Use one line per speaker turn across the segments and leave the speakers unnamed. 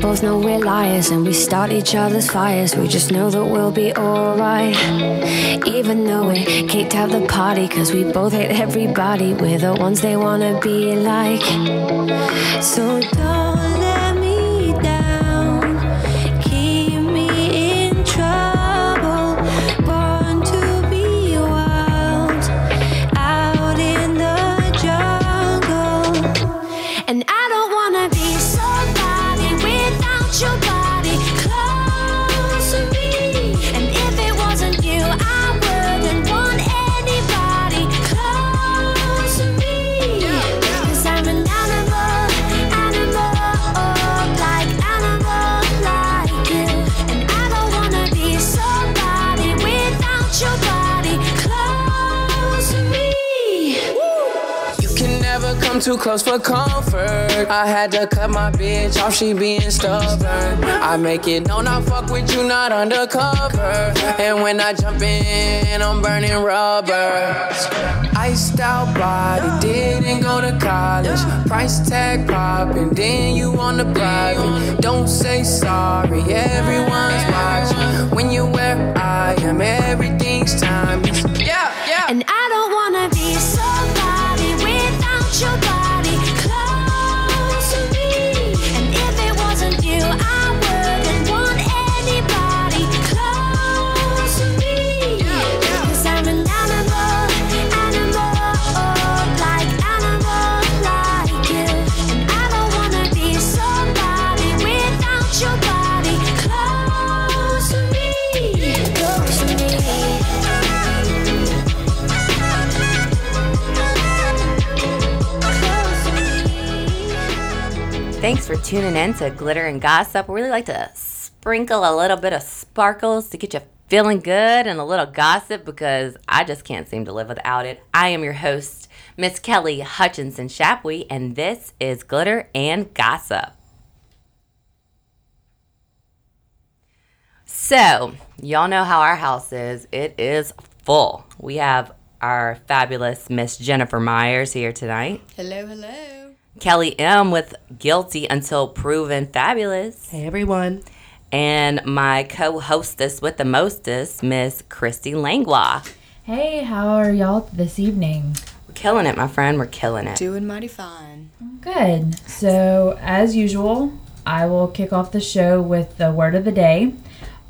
both know we're liars and we start each other's fires. We just know that we'll be alright. Even though we kicked out the party, cause we both hate everybody. We're the ones they wanna be like. So don't let me down. Keep me in trouble. Born to be wild. Out in the jungle. And I don't wanna be somebody without your body close to me. And if it wasn't you, I wouldn't want anybody close to me. Cause I'm an animal, animal, like animal, like you. And I don't wanna be somebody without your body close to me.
You can never come too close for comfort. I had to cut my bitch off, she being stubborn. I make it known I fuck with you, not undercover. And when I jump in, I'm burning rubber. Iced out body, didn't go to college. Price tag popping, then you on the private. Don't say sorry, everyone's watching. When you where I am, everything's timeless. Yeah, yeah.
And I don't wanna be somebody without your body close to me. And if it wasn't you, I wouldn't want anybody close to me. Cause I'm an animal, animal, like animal, like you. And I don't wanna be somebody without your body close to me. Close to me.
Thanks for tuning in to Glitter and Gossip. We really like to sprinkle a little bit of sparkles to get you feeling good and a little gossip because I just can't seem to live without it. I am your host, Miss Kelly Hutchinson Shapwee, and this is Glitter and Gossip. So, y'all know how our house is. It is full. We have our fabulous Miss Jennifer Myers here tonight.
Hello, hello.
Kelly M with Guilty Until Proven Fabulous.
Hey everyone.
And my co hostess with the mostest, Miss Christy Langlois.
Hey, how are y'all this evening?
We're killing it, my friend. We're killing it.
Doing mighty fine.
Good. So, as usual, I will kick off the show with the word of the day.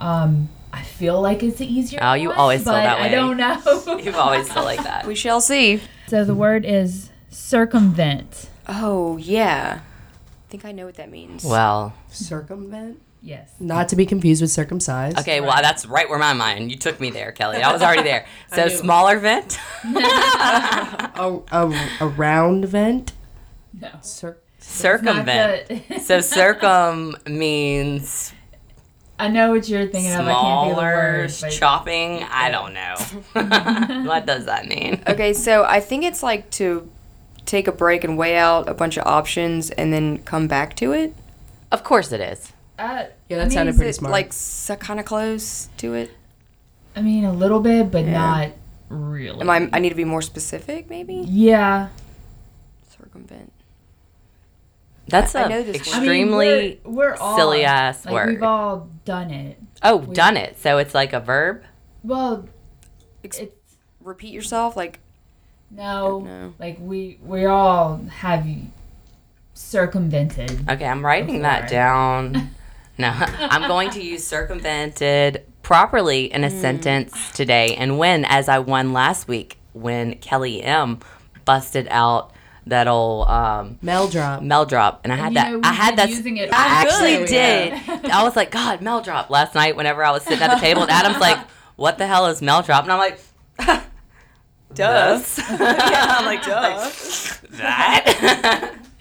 Um, I feel like it's the easier.
Oh, you
one,
always feel
but
that way.
I don't know.
You've always felt like that.
We shall see.
so the word is circumvent.
Oh, yeah. I think I know what that means.
Well,
Circumvent?
Yes.
Not to be confused with circumcised.
okay, well, that's right where my mind. You took me there, Kelly. I was already there. So, smaller vent.
A, a, a round vent?
No.
Cir-
circumvent. So, circum means
I know what you're thinking of. I can't think of the
smaller,
word. but-
chopping. I don't know. what does that mean?
Okay, so I think it's like to take a break and weigh out a bunch of options and then come back to it.
Of course it is.
Uh, I
yeah, that
mean,
sounded
is
pretty
It's
smart.
like so, kind of close to it.
I mean, a little bit, but
Yeah.
not really.
Am I, I need to be more specific, maybe?
yeah.
Circumvent.
That's
I
a
know this word.
I mean,
extremely
we're, we're all,
silly ass
like,
word.
We've all done it.
oh done it. So it's like a verb.
Well,
Ex-
it's
Repeat yourself, like,
No,
No.
like we we all have circumvented.
Okay, I'm writing
I'm
that
sorry.
down. No, I'm going to use circumvented properly in a sentence today and win as I won last week when Kelly M busted out that old um,
Mel drop.
Mel drop, and I had
you
that.
know,
I
we've
had
been
that.
using it
I
all
actually
good.
did. I was like, God, Mel drop last night. Whenever I was sitting at the table, and Adam's like, "What the hell is Mel drop?" And I'm like, "Does." I'm like, "Does that?"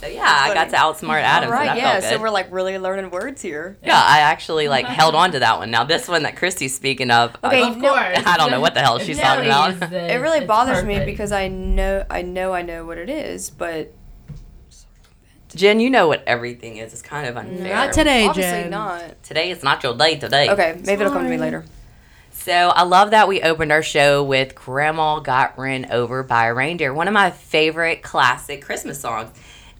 so yeah, I got to outsmart Adam. so
right,
that
yeah,
felt
so
good.
we're like really learning words here.
yeah, I actually like held on to that one. Now this one that Christy's speaking of, I-
Okay,
Of course.
I don't know what the hell she's talking
Really
about.
is the-
It really
it's
bothers me
perfect.
because I know, I know, I know what it is, but
Jen, you know what everything is. It's kind of unfair.
Not today,
obviously
Jen.
not.
Today is not your day. Today.
Okay, maybe it'll come to me
Sorry.
later.
So I love that we opened our show with Grandma Got Ran Over by a Reindeer, one of my favorite classic Christmas songs.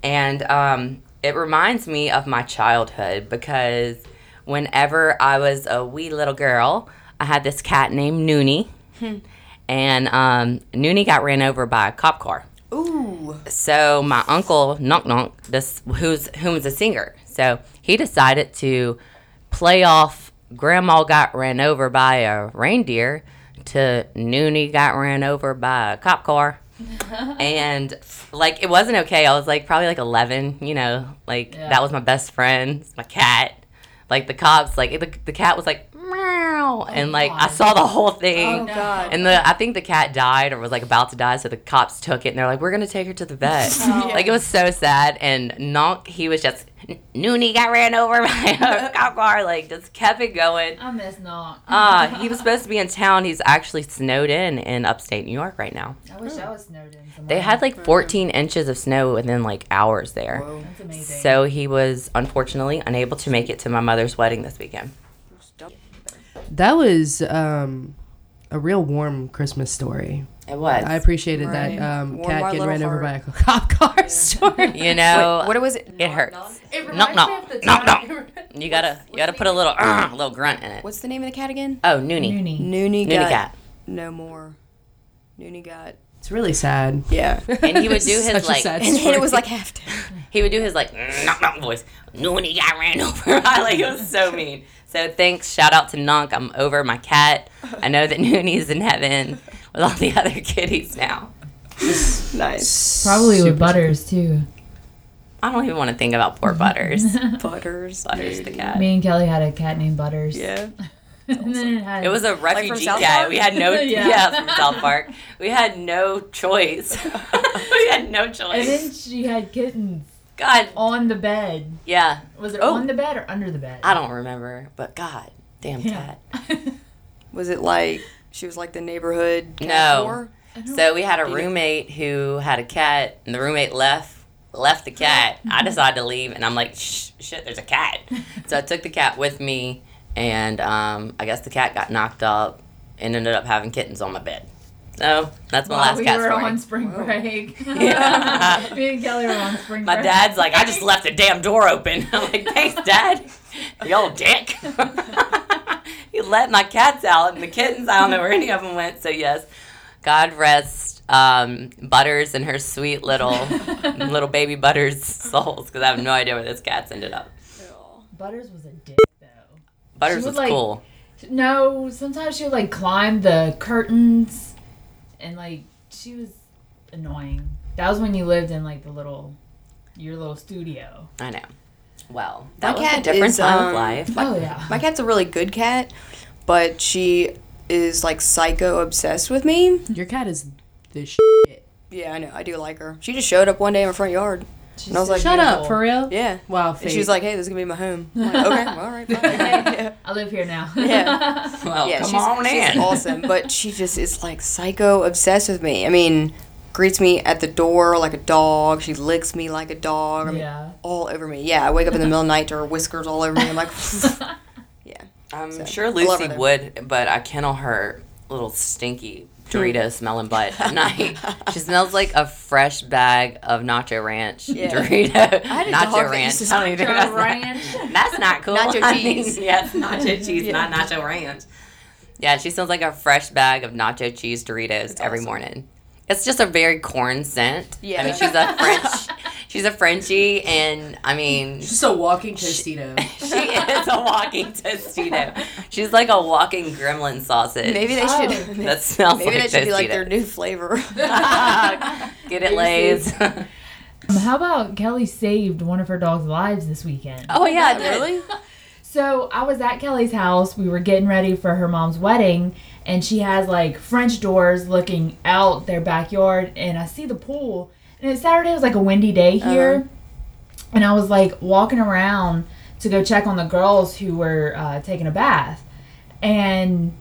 And um, it reminds me of my childhood because whenever I was a wee little girl, I had this cat named Noonie. and um, Noonie got ran over by a cop car.
Ooh.
So my uncle Nonk Nonk, this who's whom's a singer, so he decided to play off Grandma got ran over by a reindeer to Noonie got ran over by a cop car, and like it wasn't okay. I was like probably like eleven, you know, like that was my best friend, it's my cat. Like the cops, like the, the cat was like meow, and like I saw the whole thing.
Oh, God.
And the I think the cat died or was like about to die, so the cops took it and they're like, "We're gonna take her to the vet." Like it was so sad. And Nonk, he was just Noonie got ran over by a cop car, like just kept it going.
I miss not.
Uh, he was supposed to be in town. He's actually snowed in in upstate New York right now.
I wish I was snowed in. Somewhere.
They had like 14 inches of snow within like hours there.
That's amazing.
So he was unfortunately unable to make it to my mother's wedding this weekend.
That was um, a real warm Christmas story.
It was.
I appreciated
Right.
that um,
Warm my
cat getting
little
ran over by a
heart.
cop car story.
you know,
What was it?
it hurts.
it reminds
knock,
me of the
knock,
time-
You gotta you gotta put a little uh, little grunt in it.
What's the name of the cat again?
Oh, Noonie.
Noonie.
Noonie
Noonie
got
cat.
no more. Noonie got
It's really sad.
yeah.
And he would do
Such
his
a
like
sad
and then it was like half time.
he would do his like knock knock voice. Noonie got ran over. by like it was so mean. So thanks, shout out to Nonk. I'm over my cat. I know that Noonie's in heaven with all the other kitties now.
Nice
Probably with Butters too.
I don't even want to think about poor Butters.
butters.
Butters the cat.
Me and Kelly had a cat named Butters.
Yeah.
and then it had.
It was a refugee
South
cat.
Park?
We had no yeah.
Yeah.
from South Park. We had no choice. we had no
And
choice.
then she had kittens
God,
on the bed.
yeah.
Was it
Oh.
on the bed or under the bed?
I don't remember, but God, damn cat.
Was it like she was like the neighborhood? Cat
No.
whore?
So we had a roommate who had a cat, and the roommate left left the cat. I
Mm-hmm.
decided to leave, and I'm like, Shh, shit, there's a cat. So I took the cat with me, and um, I guess the cat got knocked up and ended up having kittens on my bed. So that's my
Wow,
last
we
cat
were
story.
on spring break.
Yeah.
Me and Kelly were on spring
My
break.
dad's like, I just left the damn door open. I'm like, thanks, Dad. You old dick. he let my cats out and the kittens. I don't know where any of them went. So yes, God rest um, Butters and her sweet little little baby Butters souls because I have no idea where this cat's ended up.
Butters was a dick though.
Butters was
She was like-
cool.
No, sometimes she would like climb the curtains, and like she was annoying. That was when you lived in like the little, your little studio.
I know. Well, that
My
was a
cat
different
is,
time of
um,
life.
oh yeah.
My cat's a really good cat, but she is like psycho obsessed with me.
Your cat is the sh-
Yeah, I know. I do like her. She just showed up one day in my front yard.
She's
and I was like,
Shut up, for real?
Yeah.
Wow,
And
fate.
she was like, "Hey, this is gonna be my home." I'm like, okay, well, all right, fine. yeah,
I live here now.
Yeah.
Well,
yeah
come
she's,
on
she's
in.
awesome, but she just is like psycho obsessed with me. I mean, greets me at the door like a dog. She licks me like a dog. I mean,
yeah.
all over me. Yeah, I wake up in the middle of the night to her whiskers all over me. I'm like,
Um,
I'm
So,
sure
I love
Lucy
her.
would, but I kennel her little stinky Dorito smelling butt at night. she smells like a fresh bag of Nacho Ranch Dorito.
had a
nacho
dog that
Ranch.
used to
I don't even think
Nacho
that's
Ranch.
Not, that's not cool.
Nacho
I mean,
cheese.
yes, Nacho Cheese, not Nacho Ranch. Yeah, she smells like a fresh bag of Nacho Cheese Doritos every morning. It's just a very corn scent. Yeah. I mean, she's a French. She's a Frenchie, and I mean,
just a walking Tostito.
she is a walking Tostito. She's like a walking gremlin sausage.
maybe they
Oh.
should.
that smells
Maybe
like
that should be like
Tostito.
their new flavor.
Get it, Lays.
Um, How about Kelly saved one of her dog's lives this weekend?
oh yeah, really?
So I was at Kelly's house. We were getting ready for her mom's wedding, and she has like French doors looking out their backyard, and I see the pool. And it's Saturday. It was like a windy day here, and I was like walking around to go check on the girls who were uh, taking a bath, and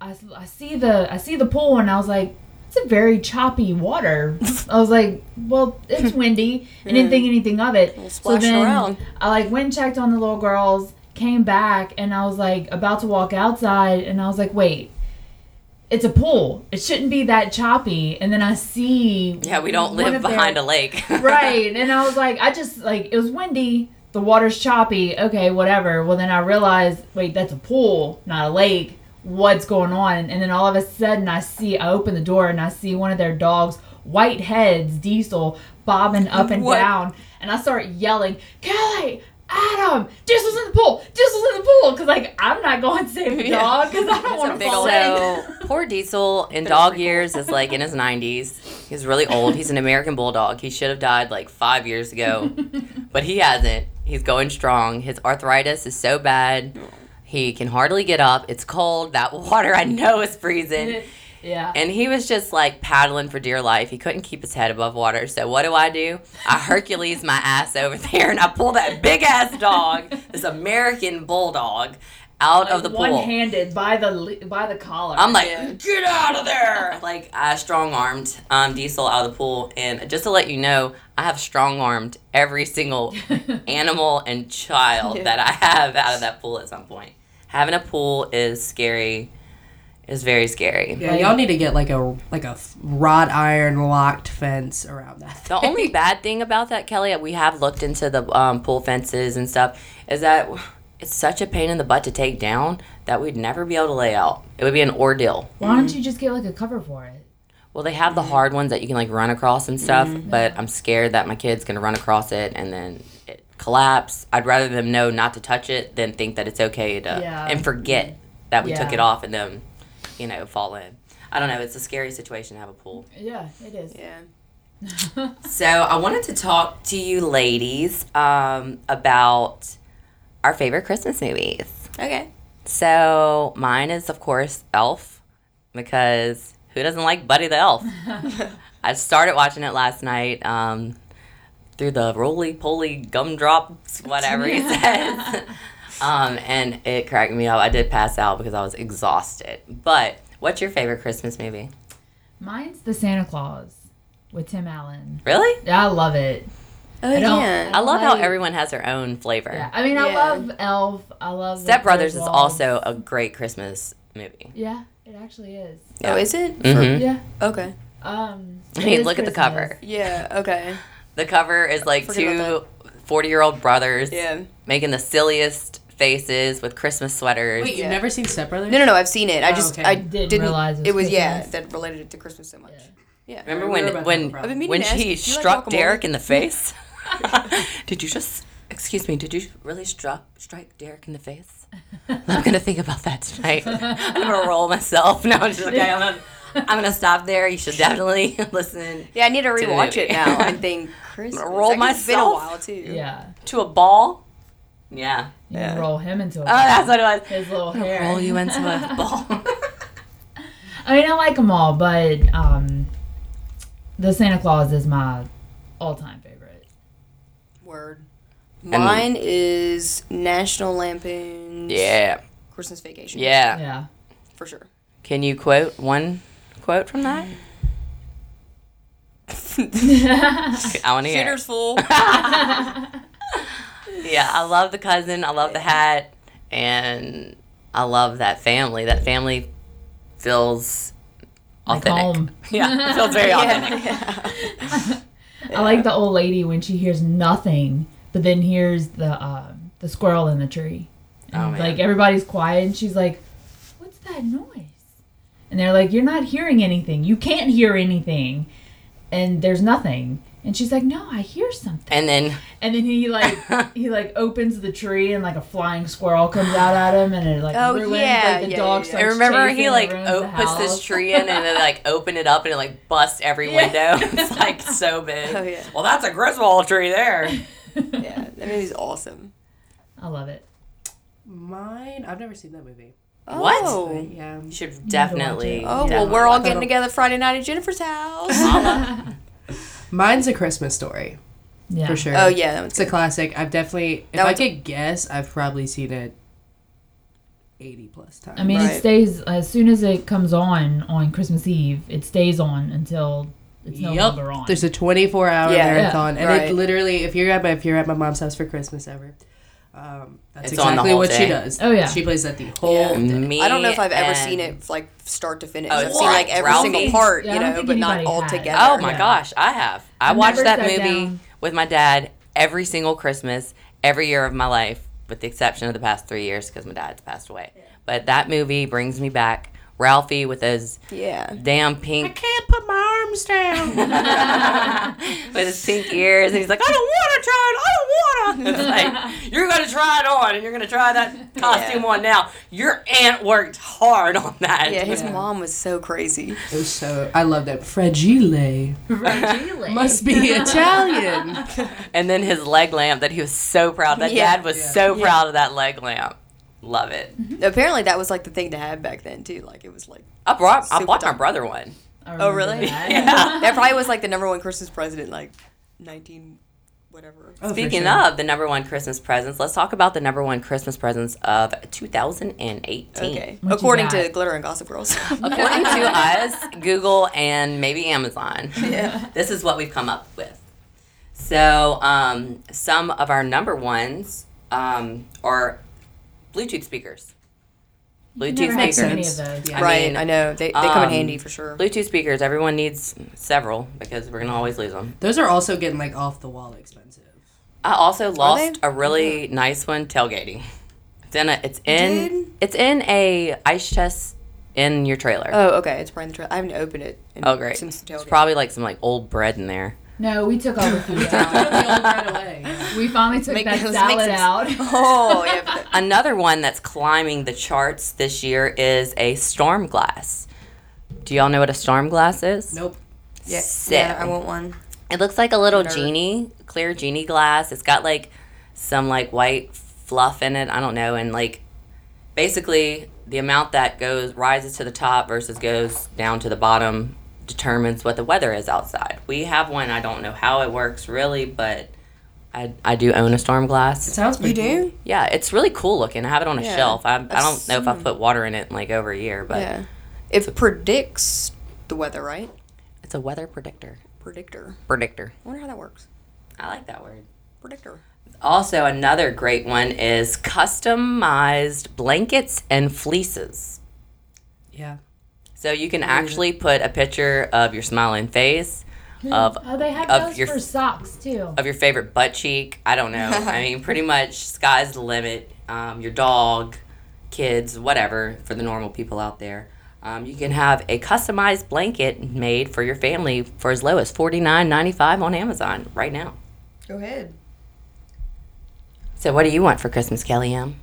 I, s- I see the I see the pool, and I was like. It's a very choppy water. I was like, well, it's windy, and didn't think anything of it. So
splashing
then
around.
I like went and checked on the little girls, came back, and I was like about to walk outside, and I was like, wait, it's a pool. It shouldn't be that choppy. And then I see
Yeah, we don't
one
live
of their-
behind a lake.
right. And I was like, I just like it was windy. The water's choppy. Okay, whatever. Well, then I realized, wait, that's a pool, not a lake. What's going on? And then all of a sudden, I see, I open the door and I see one of their dogs, white heads, Diesel, bobbing up and
What?
down. And I start yelling, Kelly, Adam, Diesel's in the pool, Diesel's in the pool. Because, like, I'm not going to save the
Yeah.
dog because I don't
It's a
want to
big
fall
old-
in.
so poor Diesel in dog years is like in his 90s. He's really old. He's an American bulldog. He should have died like five years ago, but he hasn't. He's going strong. His arthritis is so bad. He can hardly get up. It's cold. That water I know is freezing.
Yeah.
And he was just like paddling for dear life. He couldn't keep his head above water. So what do I do? I Hercules my ass over there and I pull that big ass dog, this American bulldog, out of the pool.
One-handed by the le- by the collar.
I'm like, get out of there! Like, I strong armed um, Diesel out of the pool. And just to let you know, I have strong armed every single animal and child that I have out of that pool at some point. Having a pool is scary, is very scary.
Yeah, y'all need to get like a like a wrought iron locked fence around that.
The only bad thing about that, Kelly, we have looked into the um, pool fences and stuff, is that it's such a pain in the butt to take down that we'd never be able to lay out. It would be an ordeal.
Why don't you just get like a cover for it?
Well, they have the hard ones that you can like run across and stuff,
Mm-hmm.
but I'm scared that my kid's gonna run across it and then it collapse. I'd rather them know not to touch it than think that it's okay to
Yeah.
and forget that we took
Yeah.
it off and then, you know, fall in. I don't know. It's a scary situation to have a pool.
Yeah, it is.
Yeah.
So I wanted to talk to you ladies um, about our favorite Christmas movies.
Okay.
So mine is, of course, Elf, because who doesn't like Buddy the Elf? I started watching it last night um, through the roly poly gumdrops, whatever he says. um, and it cracked me up. I did pass out because I was exhausted. But what's your favorite Christmas movie?
Mine's the Santa Claus with Tim Allen.
Really?
Yeah, I love it.
Oh
I don't-
yeah.
I love how
Right.
everyone has their own flavor.
Yeah, I mean, I
Yeah.
love Elf. I love
Step Brothers is
Griswold.
also a great Christmas movie.
Yeah, it actually is.
Oh, is it?
Mhm.
Yeah.
Okay.
Um.
I
it
mean,
is
look at the
Christmas.
cover.
Yeah. Okay.
The cover is like
Forget
two
about
40 year old brothers.
Yeah.
making the silliest faces with Christmas sweaters.
Wait, you've
Yeah.
never seen Step Brothers?
No, no, no. I've seen it. I
Oh,
just
okay.
I
Didn't
didn't,
realize it
it
was
was yeah
Christmas.
that related to Christmas so much. Yeah.
Remember
We were
when
about
when
to have a problem. I've
been meaning
when
to ask
she
you, do you like
struck
guacamole?
Derek in the face? did you just excuse me? Did you really struck strike Derek in the face? I'm gonna think about that tonight. I'm gonna roll myself. No, I'm just okay. I'm gonna, I'm gonna stop there. You should definitely listen
Yeah, I need to
the
rewatch it
movie.
now and think Christmas.
roll
I guess It's been a
myself.
while too.
Yeah.
to a ball. Yeah.
You can roll him into a
Oh, that's what it was.
his little hair.
Roll you into a ball.
I mean, I like them all, but um, the Santa Claus is my all-time favorite.
Word. Mine is National Lampoon's
yeah.
Christmas Vacation.
Yeah.
Yeah.
for sure.
Can you quote one quote from that? I want to hear.
Shitter's full.
Yeah, I love the cousin. I love the hat, and I love that family. That family feels authentic.
Home.
Yeah, it feels very authentic.
I like the old lady when she hears nothing, but then hears the um, the squirrel in the tree. And
Oh, man.
like everybody's quiet, and she's like, "What's that noise?" And they're like, "You're not hearing anything. You can't hear anything." And there's nothing. And she's like, "No, I hear something."
And then
And then he like he like opens the tree, and like a flying squirrel comes out at him, and it like
Oh,
ruins
yeah,
like, the
yeah,
dog.
yeah, yeah.
starts
I remember
chasing
he
and
like
ruins
o-
the
puts this
house.
tree in and then like open it up and it like busts every
Yeah.
window. It's like so big.
Oh, yeah.
Well, that's a Griswold tree there.
yeah, that movie's awesome.
I love it.
Mine, I've never seen that movie.
What?
Oh,
Yeah.
You should definitely.
Oh, well,
definitely
we're all
watch
getting together Friday night at Jennifer's house.
it. Mama.
Mine's a Christmas story
Yeah.
for sure.
oh yeah, that one's
It's a classic. I've definitely, if
That
I
one's-
could guess, I've probably seen it 80 plus times.
I mean, it
Right.
stays as soon as it comes on on Christmas Eve. It stays on until it's no
Yup.
longer on.
There's a 24 hour
Yeah.
marathon, and
Right.
it literally, if you're at my if you're at my mom's house for Christmas ever, Um, that's
It's on the
exactly
whole
what she
day.
does.
Oh, yeah.
she plays that the whole day.
Me
Oh, I don't know if I've ever
and-
seen it like start to finish.
Oh,
I've seen like every
Ralphie?
single part,
Yeah, I
you
don't
know,
think
but not
anybody
all
has.
together.
Oh my
Yeah.
gosh, I have. I
I've
watched
never
that
sat
movie
down.
with my dad every single Christmas every year of my life, with the exception of the past three years because my dad's passed away. But that movie brings me back. Ralphie with his
Yeah.
damn pink,
Can't put my arms down.
with his pink ears, and he's like, "I don't want to try it. I don't want to." It's like you're gonna try it on, and you're gonna try that costume on now. Your aunt worked hard on that.
Yeah, his mom was so crazy.
It was so I love that fragile must be Italian.
And then his leg lamp that he was so proud. That
Yeah.
dad was so proud of that leg lamp. Love it.
Apparently, that was like the thing to have back then too. Like it was like
I brought I
Super
bought my
dumb.
brother one.
oh really?
Yeah.
that probably was like the number one Christmas present, in, like nineteen whatever.
Oh, for
Speaking
sure.
of the number one Christmas presents, let's talk about the number one Christmas presents of 2018.
Okay,
What you
according
got?
to Glitter and Gossip Girls.
According to us, Google and maybe Amazon, this is what we've come up with. So, um, some of our number ones um, are Bluetooth speakers. Bluetooth
Never had
speakers.
so many of those. Yeah.
I
right,
mean,
I know they, they come in
um,
handy for sure.
Bluetooth speakers. Everyone needs several because we're gonna always lose them.
Those are also getting like off the wall expensive.
I also lost
they?
a really
Mm-hmm.
nice one tailgating. It's in a it's in it's in a ice chest in your trailer. Oh,
Oh, okay, it's probably in the trailer. I haven't opened it. In
great.
Since the
it's
tailgate.
probably like some like old bread in there.
No, we took all the food out. we finally took
Make-
that
let's make
salad
some-
out.
oh yeah, but that-
Another one that's climbing the charts this year is a storm glass. Do y'all know what a storm glass is?
Nope.
yeah,
Sick.
yeah, I want one.
It looks like a little
Nerd.
genie, clear genie glass. It's got like some like white fluff in it. I don't know. And like basically the amount that goes rises to the top versus goes down to the bottom determines what the weather is outside. We have one. I don't know how it works really, but I, I do own a storm glass.
Sounds pretty.
You do?
Yeah, it's really cool looking. I have it on a
Yeah,
shelf. I, I
I've
don't know if I put water in it in like over a year, but
Yeah, it predicts the weather, right?
it's a weather predictor.
Predictor.
Predictor.
I wonder how that works.
I like that word.
Predictor.
Also, another great one is customized blankets and fleeces.
Yeah.
So you can actually put a picture of your smiling face, of
Oh, they have
Of
those
your-
for socks too.
of your favorite butt cheek. I don't know. I mean, pretty much sky's the limit. Um, your dog, kids, whatever for the normal people out there. Um, you can have a customized blanket made for your family for as low as forty nine ninety five on Amazon right now.
Go ahead.
So, what do you want for Christmas, Kelly M?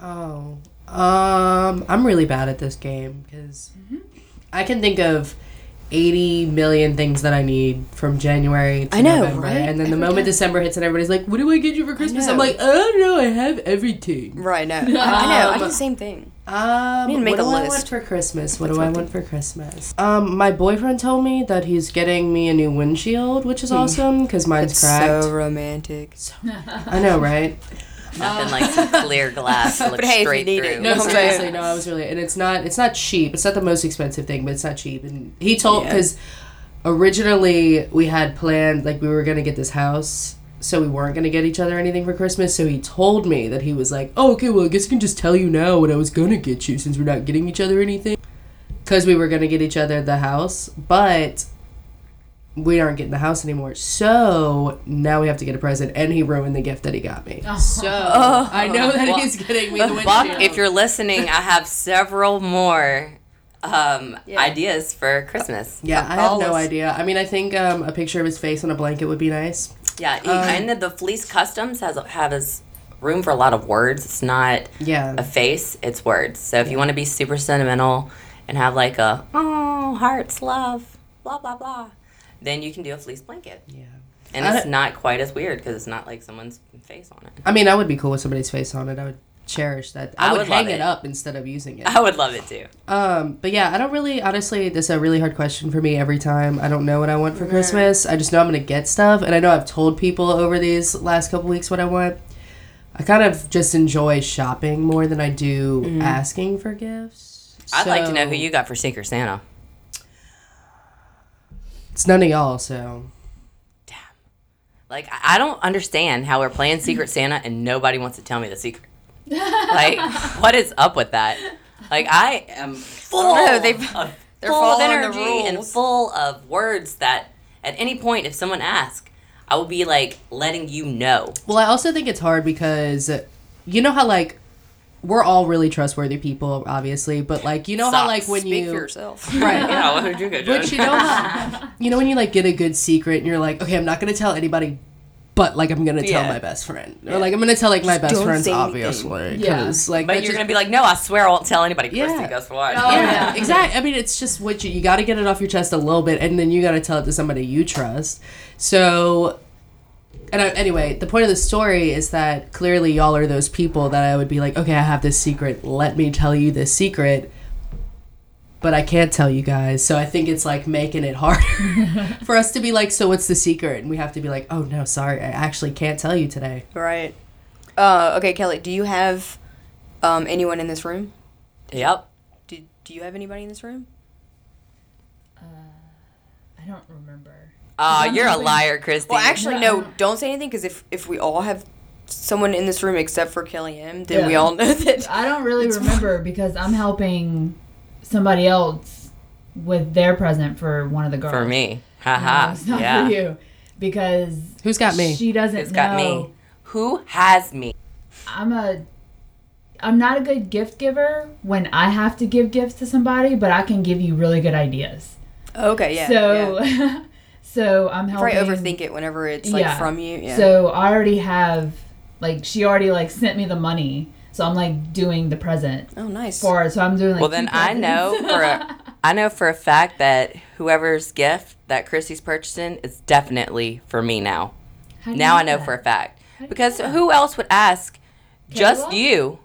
Oh, um, I'm really bad at this game because
Mm-hmm.
I can think of 80 million things that I need from January to
I know,
November,
right?
and then the
Every
moment
time.
December hits and everybody's like, "What do I get you for Christmas?" I'm
know.
like, "Oh no, I have everything."
Right, no. I, I know. I do
Um,
the same thing.
Um,
need to make
what
a
do I want
list.
for Christmas? What do I want for Christmas? Um, my boyfriend told me that he's getting me a new windshield, which is awesome because mine's cracked.
Hmm. So romantic.
I know, right?
Nothing like some clear glass to look
But hey, if you
straight
need
through.
it,
No,
I'm saying.
seriously, no, I was really, and it's not, it's not cheap. It's not the most expensive thing, but it's not cheap. And he told because originally we had planned like we were gonna get this house, so we weren't gonna get each other anything for Christmas. So he told me that he was like, "Oh, okay, well, I guess I can just tell you now what I was gonna get you since we're not getting each other anything." Because we were gonna get each other the house, but we aren't getting the house anymore. So now we have to get a present, and he ruined the gift that he got me. So I know that he's getting me the windshield.
Buck, if you're listening, I have several more um, ideas for Christmas.
Yeah, I have no
Ballas.
idea. I mean, I think um, a picture of his face on a blanket would be nice.
Yeah, you-
Um,
and the, the Fleece Customs has have is room for a lot of words. It's not a
Yeah.
face; it's words. So if you want to be super sentimental and have like a oh hearts love blah blah blah, then you can do a fleece blanket,
Yeah.
and
I
it's
don't-
not quite as weird because it's not like someone's face on it.
I mean, I would be cool with somebody's face on it. I would cherish that. I,
I
would,
would love
hang it.
it.
up instead of using it.
I would love it too.
Um, but yeah, I don't really, honestly, this is a really hard question for me every time. I don't know what I want for Christmas. I just know I'm going to get stuff. And I know I've told people over these last couple weeks what I want. I kind of just enjoy shopping more than I do asking for gifts.
Mm-hmm. I'd like to know who
So,
you got for Secret Santa.
It's none of y'all, so.
Like I I don't understand how we're playing Secret Santa and nobody wants to tell me the secret. like what is up with that? Like I am full
know,
they
they've-
of
they're
full of
following the
energy and
rules.
full of words that at any point if someone asks, I will be like letting you know.
Well, I also think it's hard because you know how like we're all really trustworthy people, obviously, but like you know how
Stop.
like when
Speak
you
for yourself.
right.
Yeah, what did you get?
But you know how you know when you like get a good secret and you're like, okay, I'm not gonna tell anybody, but like I'm gonna tell
Yeah.
my best friend, or like I'm gonna tell like my best
don't
friend's
say anything.
obviously,
Yeah.
because like
But
that's
you're
just-
gonna be like, no, I swear I won't tell anybody.
Yeah.
Christy, guess what?
Oh,
yeah,
yeah.
exactly. I mean, it's just what you, you got to get it off your chest a little bit, and then you got to tell it to somebody you trust. So, and I, anyway, the point of the story is that clearly y'all are those people that I would be like, okay, I have this secret. Let me tell you this secret. But I can't tell you guys, so I think it's like making it harder for us to be like, so what's the secret? And we have to be like, oh no, sorry, I actually can't tell you today.
Right. Uh, okay, Kelly, do you have um, anyone in this room?
Yep.
Do, do you have anybody in this room?
I don't remember.
Uh, you're a liar, Christy.
Well, actually, no. Don't say anything because if if we all have someone in this room except for Kelly M, then we
Yeah.
all know that.
I don't really remember because I'm helping somebody else with their present for one of the girls.
for me.
No,
Haha.
it's not
yeah.
for you because
Who's got me?
she doesn't
It's got
know.
me. Who has me?
I'm a I'm not a good gift giver when I have to give gifts to somebody, but I can give you really good ideas.
Okay, yeah.
so
yeah.
so I'm
probably
helping
overthink it whenever it's like from you. Yeah.
So I already have like she already like sent me the money. So I'm like doing the present
oh, nice.
for her. So I'm doing like
Well, then
two
I
presents.
know for a, I know for a fact that whoever's gift that Christy's purchasing is definitely for me now.
How do you
Now I know for a
that?
fact because who else would ask? Just
Kayla?
you.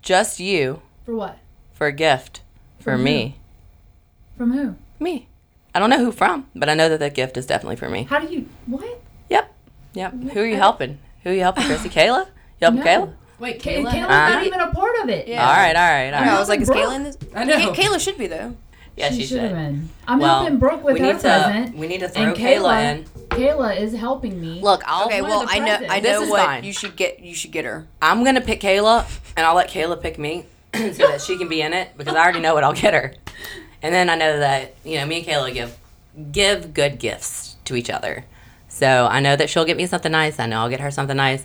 Just you
for what?
for a gift for me.
From who?
Me. I don't know who from, but I know that the gift is definitely for me.
How do you what?
Yep. Yep. Who are you helping? Who are you helping, Christy? Kayla? You helping
No.
Kayla?
Wait,
Kayla's
Uh,
not even a part of it.
Yeah.
All right, all right, all right.
I was like, is
Brooke.
Kayla in this?
I know.
Kay- Kayla should be though.
Yeah, she,
she should
should.
have been. I'm
Well,
helping Brooke with
we
her
need to-
present.
we need to
and
throw Kayla in.
Kayla is helping me.
Look, I'll,
Okay,
one
well,
of the
I know,
presents.
I
This
know
is
what
fine.
you should get. You should get her.
I'm gonna pick Kayla, and I'll let Kayla pick me so that she can be in it because I already know what I'll get her. And then I know that you know me and Kayla give give good gifts to each other, so I know that she'll get me something nice. I know I'll get her something nice.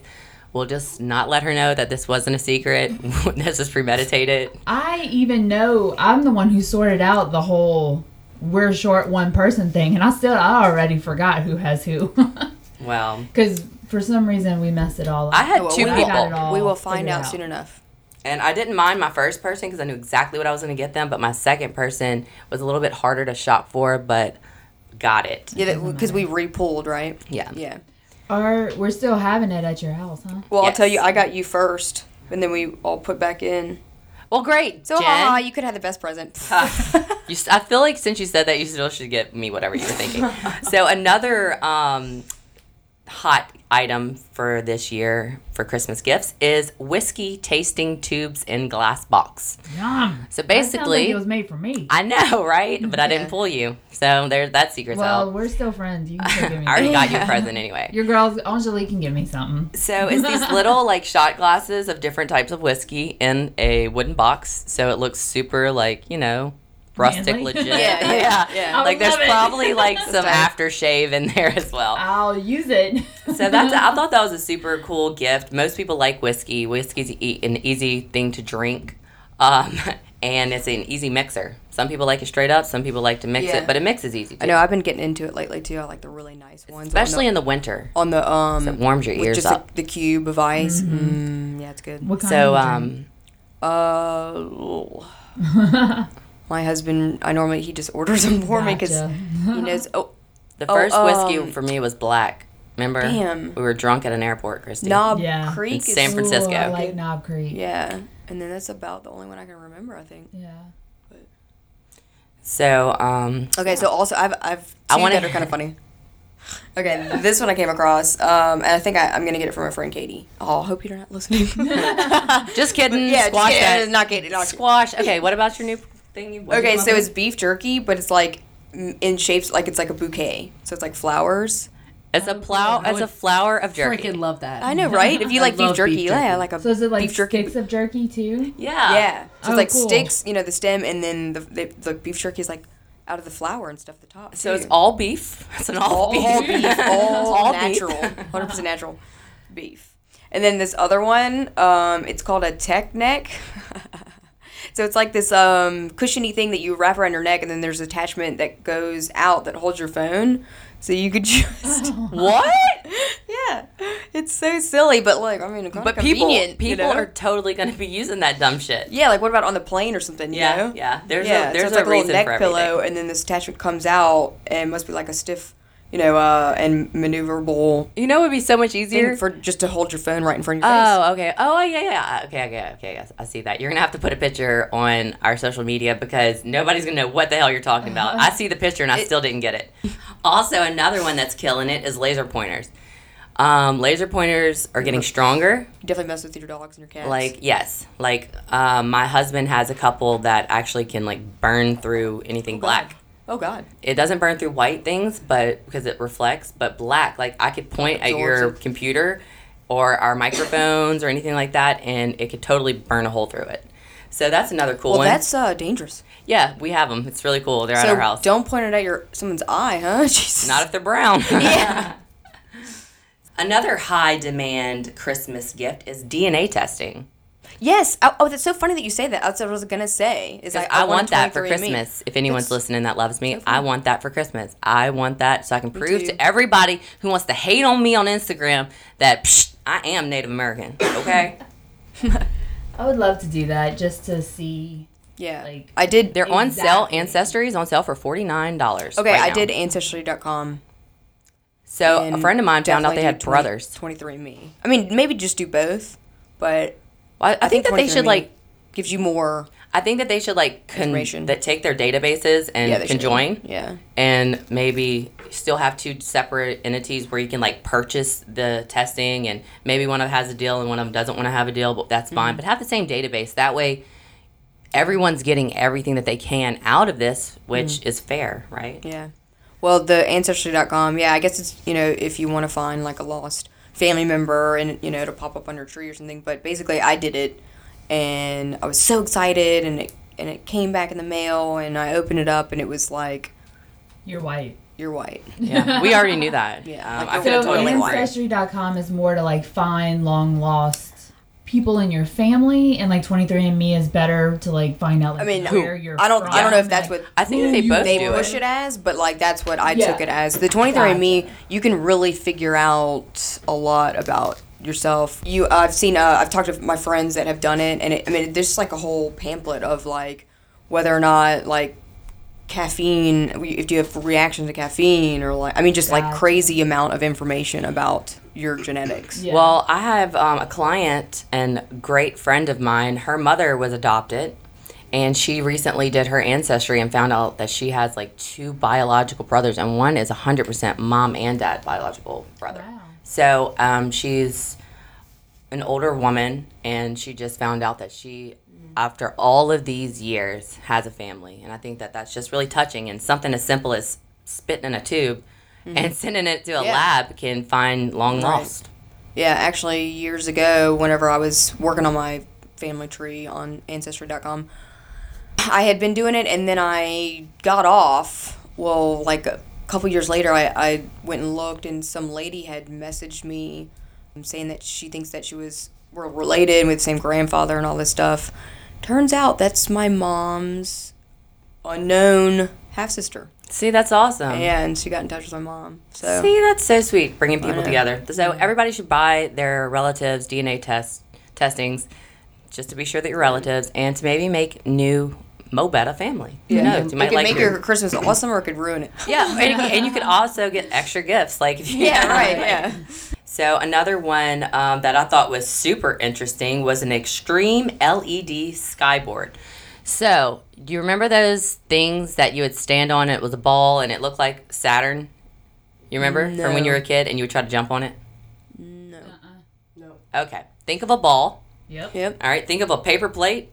We'll just not let her know that this wasn't a secret. this is premeditated.
I even know I'm the one who sorted out the whole we're short one person thing, and I still I already forgot who has who
Well,
because for some reason we messed it all up.
I had
Well,
two
we
I got it
people,
all
we will find
figured
out soon enough.
and I didn't mind my first person because I knew exactly what I was gonna get them. But my second person was a little bit harder to shop for, but got it.
Yeah, because we repulled, right?
Yeah.
Yeah.
Or we're still having it at your house, huh?
Well, I'll
Yes.
tell you, I got you first, and then we all put back in.
Well, great.
So,
Jen.
haha, you could have the best present.
You, s- I feel like since you said that, you still should get me whatever you were thinking. so another um, hot item for this year for Christmas gifts is whiskey tasting tubes in glass box.
Yum.
So
That sounds like
basically,
it was made for me.
I know, right? But I didn't pull you, so there's that secret's
well,
out.
we're still friends. You can still give me.
I already
that.
got you a present anyway.
Your girls, Angelique can give me something.
So it's these little like shot glasses of different types of whiskey in a wooden box. So it looks super like you know rustic,
Manly.
legit.
Yeah, yeah, yeah.
I
Like there's
love it.
probably like some aftershave in there as
Uh,
well.
I'll use it.
So that's I thought that was a super cool gift. Most people like whiskey. Whiskey's e- an easy thing to drink, um, and it's an easy mixer. Some people like it straight up. Some people like to mix
Yeah.
it, but a mix is easy. Too,
I know I've been getting into it lately too. I like the really nice ones,
especially in the winter.
on the, on the um,
It warms your
with
ears
just
up.
the, the cube of ice. Mm, yeah, it's good.
What kind
So
of drink?
um,
Uh, my husband, I normally he just orders them for me 'cause me
Gotcha.
because he knows. Oh,
the
Oh,
first
um,
whiskey for me was black. Remember,
Damn.
we were drunk at an airport, Christy.
Knob
Yeah.
Creek
It's
is
San Francisco.
Ooh, I like Knob Creek.
Yeah, and then that's about the only one I can remember. I think.
yeah.
So um,
Okay, so also I've I've
I
two
wanna-
that are kind of funny. Okay, this one I came across, um, and I think I, I'm gonna get it from my friend Katie. Oh, I hope you're not listening.
just kidding.
yeah,
squash
just,
that.
yeah, not Katie. Not Katie.
Squash. Okay, what about your new thing? You, what
Okay,
you
so
want?
it's beef jerky, but it's like mm, in shapes like it's like a bouquet. So it's like flowers,
It's a plow.
I
It's a
would
flower of jerky.
Freaking love that.
I know, right? If you
I
like beef
love
jerky,
beef
yeah, I
jerky.
like "Oh, a
So is it like
beef jerky.
sticks of jerky too?
Yeah.
Yeah, so
Oh,
it's like
cool.
sticks. You know, the stem, and then the, the the beef jerky is like out of the flour and stuff. at The top.
So it's
too.
all beef. It's an all,
all
beef.
all beef, all,
All beef.
natural, hundred percent natural beef. And then this other one, um, it's called a tech neck. so it's like this um, cushiony thing that you wrap around your neck, and then there's an attachment that goes out that holds your phone. So you could just
What?
yeah, it's so silly, but like I mean, kinda
But people,
convenient,
people
you know?
are totally going to be using that dumb shit.
yeah, like what about on the plane or something? You
Yeah,
know?
yeah. There's
yeah,
a there's
so it's
a
like a
reason
little neck
for everything.
pillow, and then this attachment comes out and must be like a stiff, you know, uh, and maneuverable
You know, it would be so much easier.
thing for just to hold your phone right in front of your face.
oh, okay. Oh, yeah, yeah. Okay, okay, okay. yes, I see that. You're gonna have to put a picture on our social media because nobody's gonna know what the hell you're talking about. I see the picture and I still didn't get Uh-huh. it. Also, another one that's killing it is laser pointers. Um, laser pointers are getting stronger.
Definitely mess with your dogs and your cats.
Like yes, like uh, my husband has a couple that actually can like burn through anything black.
oh god,
It doesn't burn through white things, but because it reflects. But black, like I could point at your
Absorbs
computer or our microphones or anything like that, and it could totally burn a hole through it. So that's another cool
well
one.
that's uh, dangerous.
yeah, we have them. It's really cool. They're at
So
our house.
don't point it at your someone's eye, huh? Jesus.
Not if they're brown. yeah. Another high demand Christmas gift is DNA testing.
yes. Oh, oh, that's so funny that you say that. That's what I was gonna say. Is
'Cause
like,
I,
wanna
want that for
23andMe.
Christmas. If anyone's
That's-
listening that loves me, I want that for Christmas. I want that so I can prove
too.
to everybody who wants to hate on me on Instagram that psh, I am Native American. Okay,
I would love to do that just to see.
Yeah,
Like-
I did.
they're on sale.
Exactly.
Ancestry is on sale for forty nine dollars.
Okay, I did ancestry.com.
So a
and
friend of mine found out
definitely
they had
do
brothers.
23andMe. I mean, maybe just do both, but
Well, I, I think, that they should
23andMe
like.
gives you more
I think that they should like con-
Information.
that take their databases and
yeah, they should.
conjoin.
Yeah.
and maybe still have two separate entities where you can like purchase the testing and maybe one of them has a deal and one of them doesn't want to have a deal but that's
Mm-hmm.
fine but have the same database that way everyone's getting everything that they can out of this which
Mm.
is fair right
Yeah. Well, the ancestry.com, yeah, I guess it's, you know, if you want to find like a lost family member and, you know, it'll pop up on your tree or something. But basically, I did it and I was so excited and it, and it came back in the mail and I opened it up and it was like,
You're white.
you're white.
yeah we already knew that
Yeah.
um,
Like,
I could
you're
have
So
totally
totally
lied.
ancestry.com is more to like find long lost people in your family, and like 23andMe is better to like find out like
I mean,
where you're
I don't,
from.
I don't know if that's
Like,
what
I think that they both
they
do
push
it.
it. as, but like that's what I
Yeah.
took it as. The 23andMe, you can really figure out a lot about yourself. You, I've seen, uh, I've talked to my friends that have done it, and it, I mean, there's like a whole pamphlet of like whether or not like caffeine, if you have reactions to caffeine, or like, I mean, just like
Gotcha.
crazy amount of information about your genetics.
Yeah.
Well, I have um, a client and great friend of mine. Her mother was adopted, and she recently did her ancestry and found out that she has like two biological brothers, and one is 100% mom and dad biological brother.
Wow.
So um, she's an older woman, and she just found out that she,
Mm.
after all of these years, has a family. And I think that that's just really touching. And something as simple as spitting in a tube
Mm-hmm.
and sending it to a
Yeah.
lab can find long lost.
Yeah, actually, years ago, whenever I was working on my family tree on Ancestry.com, I had been doing it and then I got off. Well, like a couple years later, I, I went and looked, and some lady had messaged me um, saying that she thinks that she was we're related with the same grandfather and all this stuff. Turns out that's my mom's unknown half sister.
See, that's awesome.
Yeah, and she got in touch with my mom. So
See, that's so sweet, bringing
Oh,
people together. So
Mm-hmm.
everybody should buy their relatives' DNA test testings, just to be sure that you're relatives, and to maybe make new Mobetta family. Who knows? You
it
might
could
like
make your Christmas awesome or it could ruin it.
yeah, and, you- and you could also get extra gifts, like if you
Yeah, right, yeah.
So another one um, that I thought was super interesting was an extreme LED skyboard. So do you remember those things that you would stand on? It was a ball, and it looked like Saturn. You remember from when you were a kid, and you would try to jump on it.
No.
Okay, think of a ball.
Yep.
Yep.
All right, think of a paper plate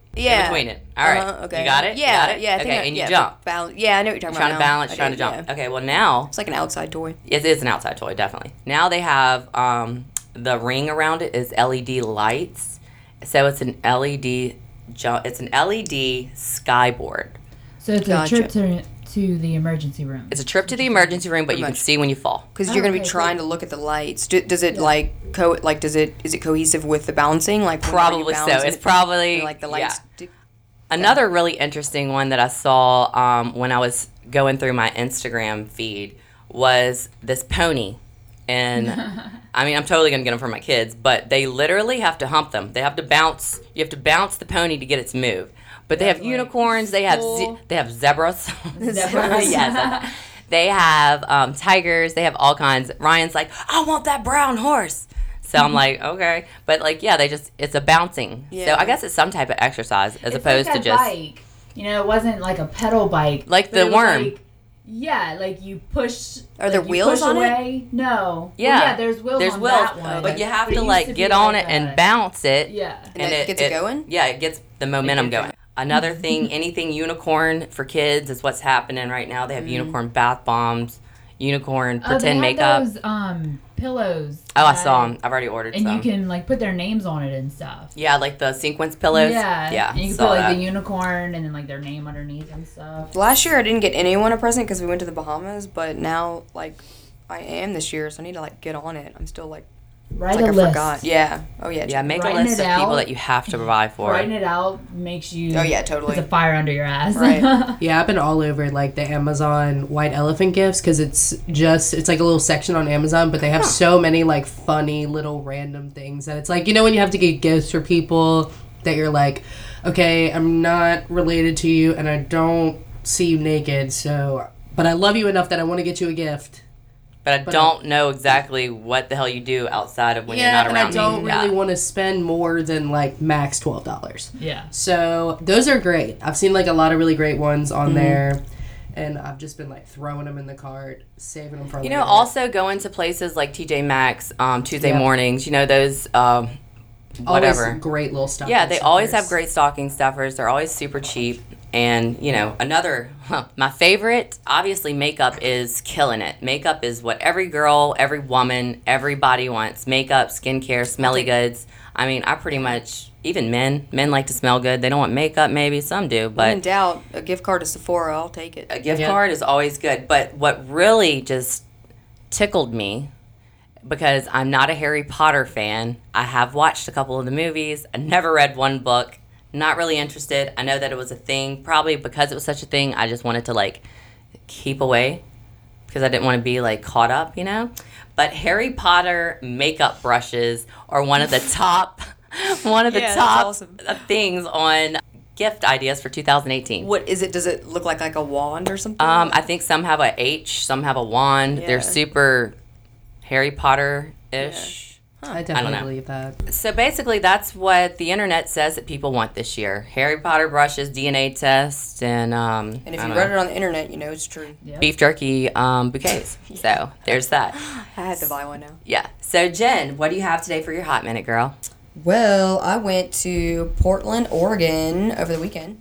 in
Yeah.
between it. All right.
Uh-huh,
You got it? You
Yeah.
got it?
Yeah. I
okay,
think I-
and
yeah,
you jump.
bal- yeah, I know what you're talking
Trying to
about. now.
balance,
I
trying to
did,
jump.
yeah.
Okay, well, now
It's like an outside toy.
it is an outside toy, definitely. Now they have um, the ring around it is LED lights. So it's an LED, ju- it's an LED skyboard.
So it's
Gotcha.
a trip to, to the emergency room.
It's a trip to the emergency room, but you can
much.
see when you fall.
Because you're gonna be
Oh, Okay,
trying to look at the lights. Do, does it like co like does it is it cohesive with the bouncing? Like when are you
Probably so.
bouncing
It's
it,
probably
like the
yeah.
lights. do-
Another really interesting one that I saw um, when I was going through my Instagram feed was this pony. And I mean, I'm totally going to get them for my kids, but they literally have to hump them. They have to bounce. You have to bounce the pony to get its move. But they have unicorns. They have ze-
full-
they have zebras.
Zebras.
yes. They have um, tigers. They have all kinds. Ryan's like, I want that brown horse. So I'm like, okay, but like, yeah, they just it's a bouncing. So
Yeah.
I guess it's some type of exercise as
It's
opposed to
like that
just
bike. You know, it wasn't like a pedal bike.
Like
but
the
it was
worm.
like- yeah, like you push.
Are there
like you
wheels
push
on it?
away. it? No. Well,
Yeah.
yeah. There's wheels
there's
on
wheels,
that one.
but you have
It
to
used
like
to
get
be
on
like
it and
that.
bounce it.
Yeah.
And that gets it going?
Yeah, it gets the momentum going. Another thing, anything unicorn for kids is what's happening right now. They have unicorn bath bombs, unicorn
Mm-hmm. Oh, they
pretend
have
makeup.
Those, um, pillows.
oh, I
that-
saw them. I've already ordered
And
some.
you can like put their names on it and stuff.
yeah, like the sequence pillows.
Yeah.
yeah.
And you can
saw
put like
that.
the unicorn and then like their name underneath and stuff.
Last year I didn't get anyone a present because we went to the Bahamas, but now like I am this year, so I need to like get on it. I'm still like
Write
like
a
I
list.
forgot. Yeah. Oh yeah.
yeah, make a
Writing
list
it
of people
out.
that you have to provide for.
Writing it out makes you.
Oh, yeah, totally.
Puts a fire under your ass.
Right.
Yeah, I've been all over like the Amazon white elephant gifts because it's just it's like a little section on Amazon, but they have so many like funny little random things that it's like you know when you have to get gifts for people that you're like, okay, I'm not related to you and I don't see you naked, so but I love you enough that I want to get you a gift.
but I don't know exactly what the hell you do outside of when you're not
and
around.
I don't
me.
really
Yeah.
want to spend more than like max twelve dollars.
yeah.
So those are great. I've seen like a lot of really great ones on there, and I've just been like throwing them in the cart, saving them for.
You know, also going to places like TJ Maxx um, Tuesday mornings. You know those um, whatever.
great little stuff.
yeah, they always have great stocking stuffers. They're always super cheap. And you know, another my favorite, obviously, makeup is killing it. Makeup is what every girl, every woman, everybody wants. Makeup, skincare, smelly goods. I mean, I pretty much even men. Men like to smell good. They don't want makeup, maybe some do, but
In doubt, a gift card to Sephora, I'll take it.
a gift card is always good. But what really just tickled me, because I'm not a Harry Potter fan, I have watched a couple of the movies. I never read one book. Not really interested. I know that it was a thing. Probably because it was such a thing, I just wanted to like keep away because I didn't want to be like caught up, you know. But Harry Potter makeup brushes are one of the top, one of the
Yeah, that's
top
awesome.
things on gift ideas for 2018.
What is it? Does it look like like a wand or something?
Um, I think some have a H, some have a wand.
Yeah.
They're super Harry Potter ish.
I definitely
know.
believe that.
So basically, that's what the internet says that people want this year: Harry Potter brushes, DNA tests, and um,
and if
I
you
don't
read
know,
it on the internet, you know it's true.
beef jerky um, bouquets. So there's that.
I had to buy one now.
Yeah. So Jen, what do you have today for your hot minute, girl?
Well, I went to Portland, Oregon over the weekend.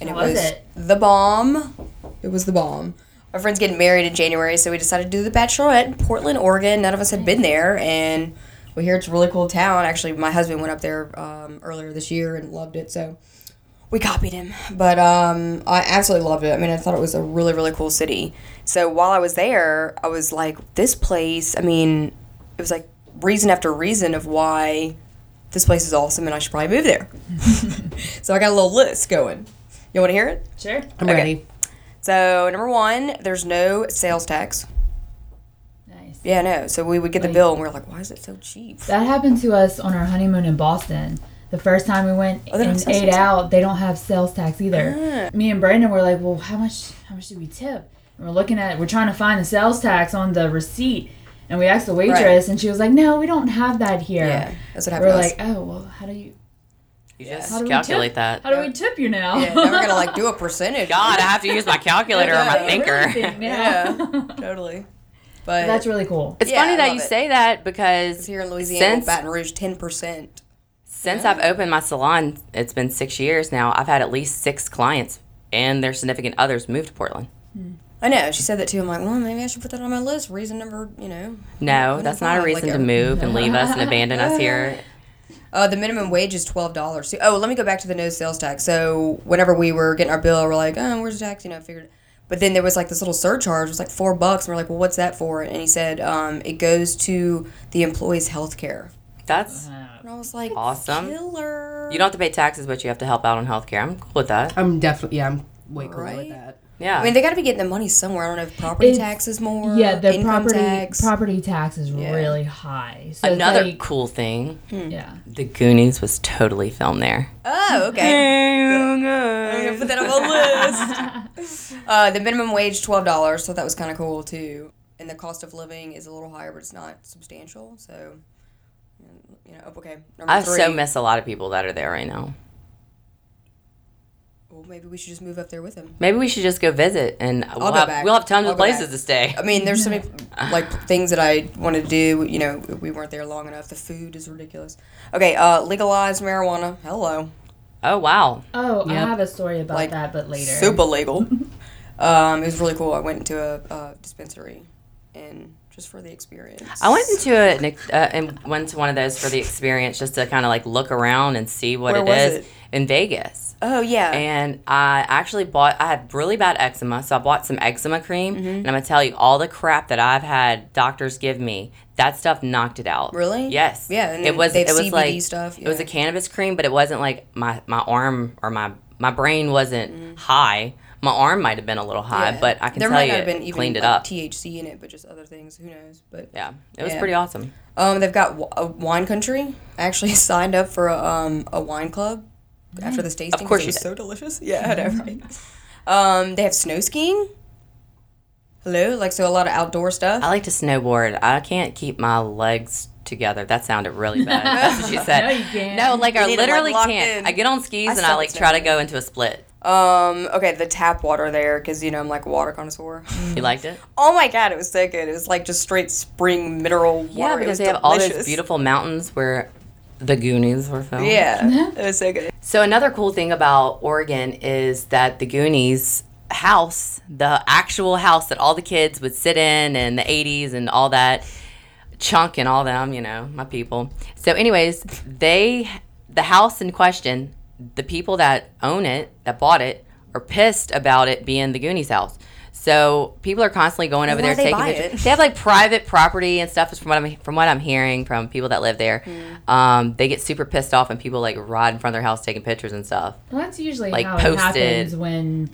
And
How was it?
the bomb. It was the bomb. Our friend's getting married in January, so we decided to do the bachelorette in Portland, Oregon. None of us had been there, and we hear it's a really cool town. Actually, my husband went up there um, earlier this year and loved it, so we copied him. But um, I absolutely loved it. I mean, I thought it was a really, really cool city. So while I was there, I was like, this place, I mean, it was like reason after reason of why this place is awesome and I should probably move there. so I got a little list going. You want to hear it?
Sure.
I'm
Okay.
ready.
So number one, there's no sales tax.
Nice.
Yeah, no. So we would get the bill and we are like, why is it so cheap?
That happened to us on our honeymoon in Boston. The first time we went
they don't
and
have sales
ate
tax.
out, they don't have sales tax
Uh-huh.
either. Me and Brandon were like, "Well, how much? How much do we tip?" And we're looking at, we're trying to find the sales tax on the receipt, and we asked the waitress, and she was like, "No, we don't have that here."
Yeah, that's what happened.
We're
to us.
like, "Oh, well, how do you?
You
How do
just
we
calculate
tip?
that.
How do we tip you now?"
yeah, now we're gonna like do a percentage.
God, I have to use my calculator or my
Yeah.
thinker.
Everything now.
Yeah, totally. But
That's really cool.
It's
Yeah, I
funny that
love
you
it.
say that because
here in Louisiana,
since
Baton Rouge, ten percent.
Since I've opened my salon, it's been six years now. I've had at least six clients and their significant others move to Portland.
I know. She said that too. I'm like, well, maybe I should put that on my list. Reason number, you know.
No, that's not a
Oh, like
reason
a-
to move and leave us and abandon us here.
Uh, the minimum wage is twelve dollars. So, oh, let me go back to the no sales tax. So whenever we were getting our bill, we're like, oh, where's the tax? You know, figured. But then there was like this little surcharge. It was like four bucks, and we're like, well, what's that for? And he said, um, it goes to the employee's health care.
That's
And I was like,
Awesome.
killer.
you don't have to pay taxes, but you have to help out on healthcare. I'm cool with that.
I'm definitely yeah. I'm way cool
Right?
with that.
Yeah,
I mean, they got to be getting the money somewhere. I don't know if property
It's-
tax is more.
yeah, the
income
property
tax.
property tax is really high. So it's
another
like-
cool thing.
yeah.
The Goonies was totally filmed there.
oh, okay. I'm gonna put that on my list. uh, the minimum wage twelve dollars, so that was kind of cool too. And the cost of living is a little higher, but it's not substantial. So, you know, okay. Number
I
three.
so miss a lot of people that are there right now.
well, maybe we should just move up there with him.
Maybe we should just go visit, and we'll,
go
have,
back.
we'll have tons
I'll
of
go back.
places to stay.
I mean, there's so many like things that I wanted to do. You know, we weren't there long enough. The food is ridiculous. Okay, uh, legalized marijuana. Hello,
Oh wow,
Oh, I
Yep.
have a story about
Like,
that, but later.
super legal. um, it was really cool. I went into a, uh dispensary, and just for the experience.
I went into a an ex- uh, and went to one of those for the experience, just to kind of like look around and see what
Where
it
was
is
it?
in Vegas.
Oh yeah.
and I actually bought. I had really bad eczema, so I bought some eczema cream,
Mm-hmm.
and I'm gonna tell you all the crap that I've had doctors give me. That stuff knocked it out.
Really?
Yes.
Yeah, and
it was.
they
It
have
was
CBD
like
stuff,
It was
yeah.
a cannabis cream, but it wasn't like my my arm or my my brain wasn't high. My arm might have been a little high,
Mm-hmm. Yeah.
Uh, but I can
there
tell
might
you
not have
it
been even
cleaned it
like,
up.
THC in it, but just other things. Who knows? But
yeah, it was
Yeah.
pretty awesome.
um, they've got w- a wine country. I actually signed up for a, um, a wine club after this tasting. 'cause
Mm. course
it
you
was
did.
so delicious. Yeah, I know, right? um, they have snow skiing. Hello, like so a lot of outdoor stuff.
I like to snowboard. I can't keep my legs together. That sounded really bad. That's what she said.
No, you can't.
No, like I
need 'em, like,
literally
locked
can't.
in.
I get on skis and I
still
like
don't
try to go into a split.
Um, okay, the tap water there because you know I'm like a water connoisseur.
You liked it?
oh my god, it was so good. It was like just straight spring mineral water.
Yeah,
It
because
was
they have all those
delicious.
beautiful mountains where the Goonies were filmed.
Yeah, it was so good.
So another cool thing about Oregon is that the Goonies house, the actual house that all the kids would sit in in the 80s and all that, Chunk and all them, you know, my people. So anyways, they the house in question, the people that own it, that bought it, are pissed about it being the Goonies house. So people are constantly going over
Why
there
they
taking
buy
pictures.
it?
They have like private property and stuff. Is from what I'm from what I'm hearing from people that live there. Um, they get super pissed off and people like ride in front of their house taking pictures and stuff.
Well, that's usually
like,
how
posted.
it happens when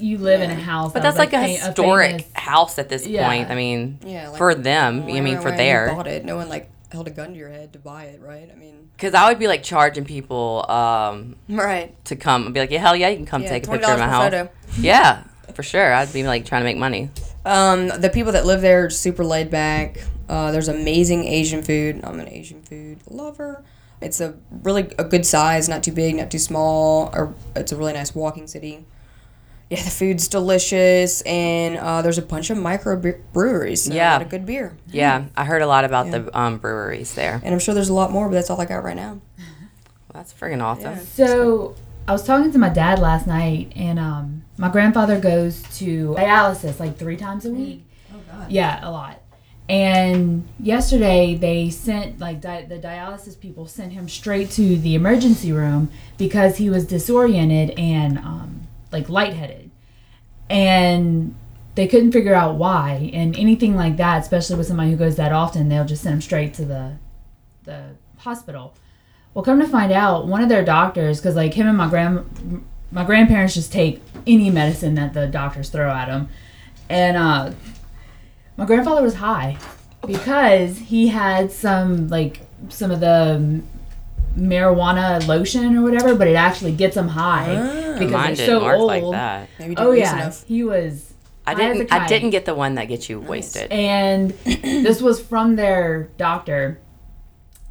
you live in a house.
But that's like, a historic house at this
Yeah.
point. I mean,
Yeah, like,
for them. I mean,
Remember
for
when
their.
you bought it. No one like held a gun to your head to buy it, right? I mean,
Because I would be like charging people um,
right.
to come and be like, yeah, hell yeah, you can come
Yeah,
take a
$20
picture of my
per
house.
photo.
Yeah, for sure. I'd be like trying to make money.
Um, the people that live there are super laid back. Uh, there's amazing Asian food. I'm an Asian food lover. It's a really a good size, not too big, not too small. Or it's a really nice walking city. Yeah, the food's delicious, and uh, there's a bunch of micro bre- breweries. So
Yeah.
yeah, a lot of good beer.
Yeah, I heard a lot about the um, breweries there.
And I'm sure there's a lot more, but that's all I got right now.
Well, that's freaking awesome.
So I was talking to my dad last night, and um, my grandfather goes to dialysis like three times a week. Oh God. Yeah, a lot. And yesterday they sent like di- the dialysis people sent him straight to the emergency room because he was disoriented and um, like lightheaded, and they couldn't figure out why. And anything like that, especially with somebody who goes that often, they'll just send him straight to the the hospital. Well, come to find out, one of their doctors, because like him and my grand, my grandparents just take any medicine that the doctors throw at them, and uh, my grandfather was high because he had some like some of the marijuana lotion or whatever, but it actually gets him high because
Mine
they're
didn't
so
work
old.
like that.
Maybe you didn't
Oh
use
yeah,
enough.
he was.
I
high as a
didn't. I
kite
didn't get the one that gets you wasted.
and this was from their doctor.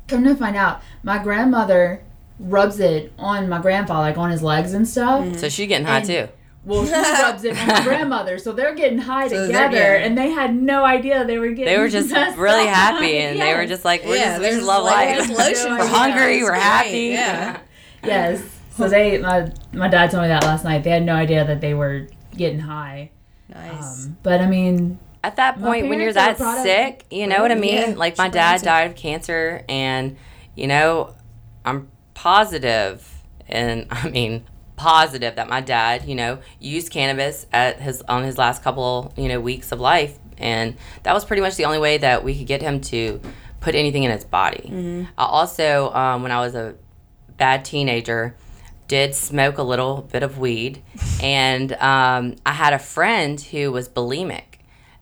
Come to find out, my grandmother rubs it on my grandfather, like on his legs and stuff.
Mm. So she's getting high too.
Well, she rubs it on my grandmother, so they're getting high
So they're
together,
getting-
and they had no idea they were getting.
They were just
messed
really
up.
happy, and they were
Yes.
just like, "We're
yeah,
just, we
there's
just love
like,
life.
there's lotion.
We're
for
hungry.
that.
We're
It's
happy.
great, Yeah.
yes. So they, my my dad told me that last night. They had no idea that they were getting high.
Nice.
Um, but I mean,
At that
My
point, when you're that
parents are a product-
sick, you know what I mean?
Yeah,
like, my
she's
dad
amazing.
died of cancer, and, you know, I'm positive, and I mean, positive that my dad, you know, used cannabis at his on his last couple, you know, weeks of life, and that was pretty much the only way that we could get him to put anything in his body.
Mm-hmm.
I also, um, when I was a bad teenager, did smoke a little bit of weed, and um, I had a friend who was bulimic,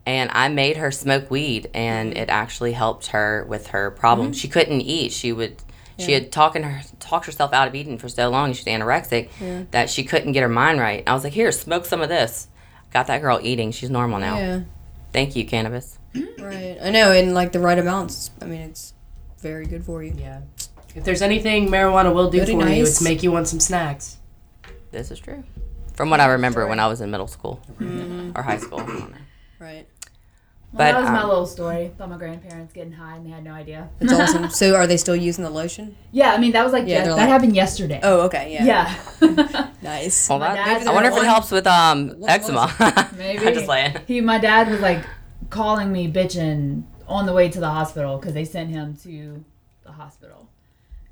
and I made her smoke weed, and it actually helped her with her problem. She couldn't eat. She would. She had talking her talked herself out of eating for so long, and she's anorexic that she couldn't get her mind right. I was like, "Here, smoke some of this." Got that girl eating. She's normal now.
Yeah.
Thank you, cannabis.
Right.
I know, and like the right amounts. I mean, it's very good for you.
Yeah. If there's anything marijuana will do
Very
for you,
nice.
it's make you want some snacks.
This is true. Mm-hmm. From what I remember when I was in middle school or high school. I don't know.
Right.
But,
that was my
um,
little story about my grandparents getting high, and they had no idea.
That's awesome. So, are they still using the lotion?
Yeah, I mean, that was like
Yeah,
yeah,
they're
that
like-
happened yesterday.
Oh, okay. Yeah.
yeah.
Nice.
Well,
My
that-
dad's
I wonder if it
one-
helps with um, eczema.
Maybe.
I'm just playing.
He, my dad was like calling me bitching on the way to the hospital because they sent him to the hospital,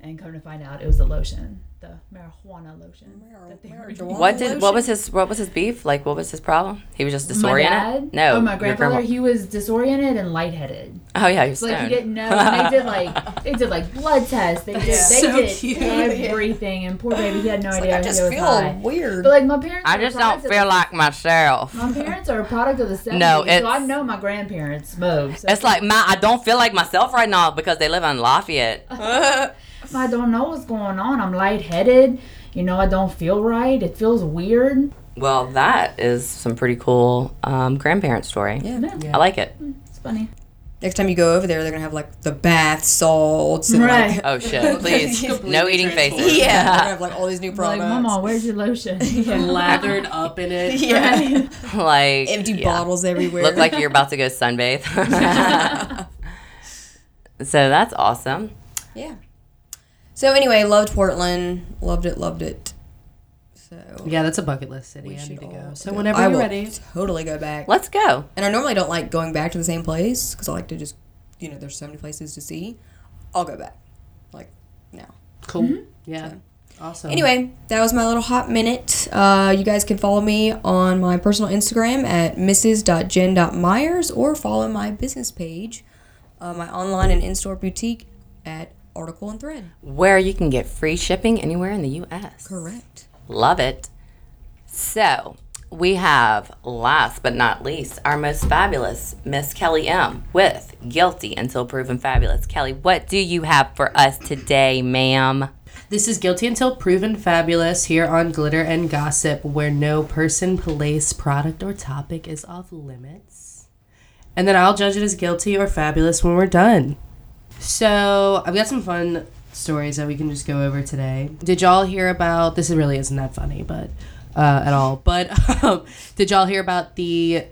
and come to find out it was a lotion, the marijuana lotion. that they were using.
What did what was his what was his beef? Like what was his problem? He was just
My
disoriented.
dad?
No,
Oh, my
your
grandfather.
grandma-
He was disoriented and lightheaded.
oh yeah, he was
Like he
stoned.
didn't know. And they did like they did like blood tests. They did they
so
did
cute.
everything. And poor baby, he had no idea.
I
he
just
was
feel
high.
weird.
But like my parents.
I
were
just don't
products of
feel
the-
like myself.
My parents are a product of the 70s,
No,
so I
it's-
know my grandparents smoked. So
It's like my I don't feel like myself right now because they live in Lafayette.
I don't know what's going on. I'm lightheaded. You know, I don't feel right. It feels weird.
Well, that is some pretty cool um, grandparent story.
Yeah.
I like it.
It's funny.
Next time you go over there, they're gonna have like the bath salts and like
Right.
Oh shit! Please, no eating faces.
Yeah, they're gonna have like all these new
Like,
products.
Mama, where's your lotion?
Lathered up in it.
yeah,
like
empty
yeah.
bottles everywhere.
Look like you're about to go sunbathe. so that's awesome.
yeah. So anyway, loved Portland, loved it, loved it. So
Yeah, that's a bucket list city. I
should
need to
all
go. So
go.
whenever
I
you're
will
ready.
totally go back.
Let's go.
And I normally don't like going back to the same place because I like to just, you know, there's so many places to see. I'll go back, like now.
Cool. Mm-hmm. Yeah. Awesome.
Anyway, that was my little hot minute. Uh, you guys can follow me on my personal Instagram at mrs.jen.myers or follow my business page, uh, my online and in store boutique at Article and Thread.
where you can get free shipping anywhere in the US.
Correct.
Love it. So, we have last but not least our most fabulous Miss Kelly M with Guilty Until Proven Fabulous. Kelly, what do you have for us today, ma'am?
This is Guilty Until Proven Fabulous here on Glitter and Gossip, where no person, place, product, or topic is off limits. And then I'll judge it as guilty or fabulous when we're done. So I've got some fun stories that we can just go over today. Did y'all hear about this? Really isn't that funny, but uh, at all. But um, did y'all hear about the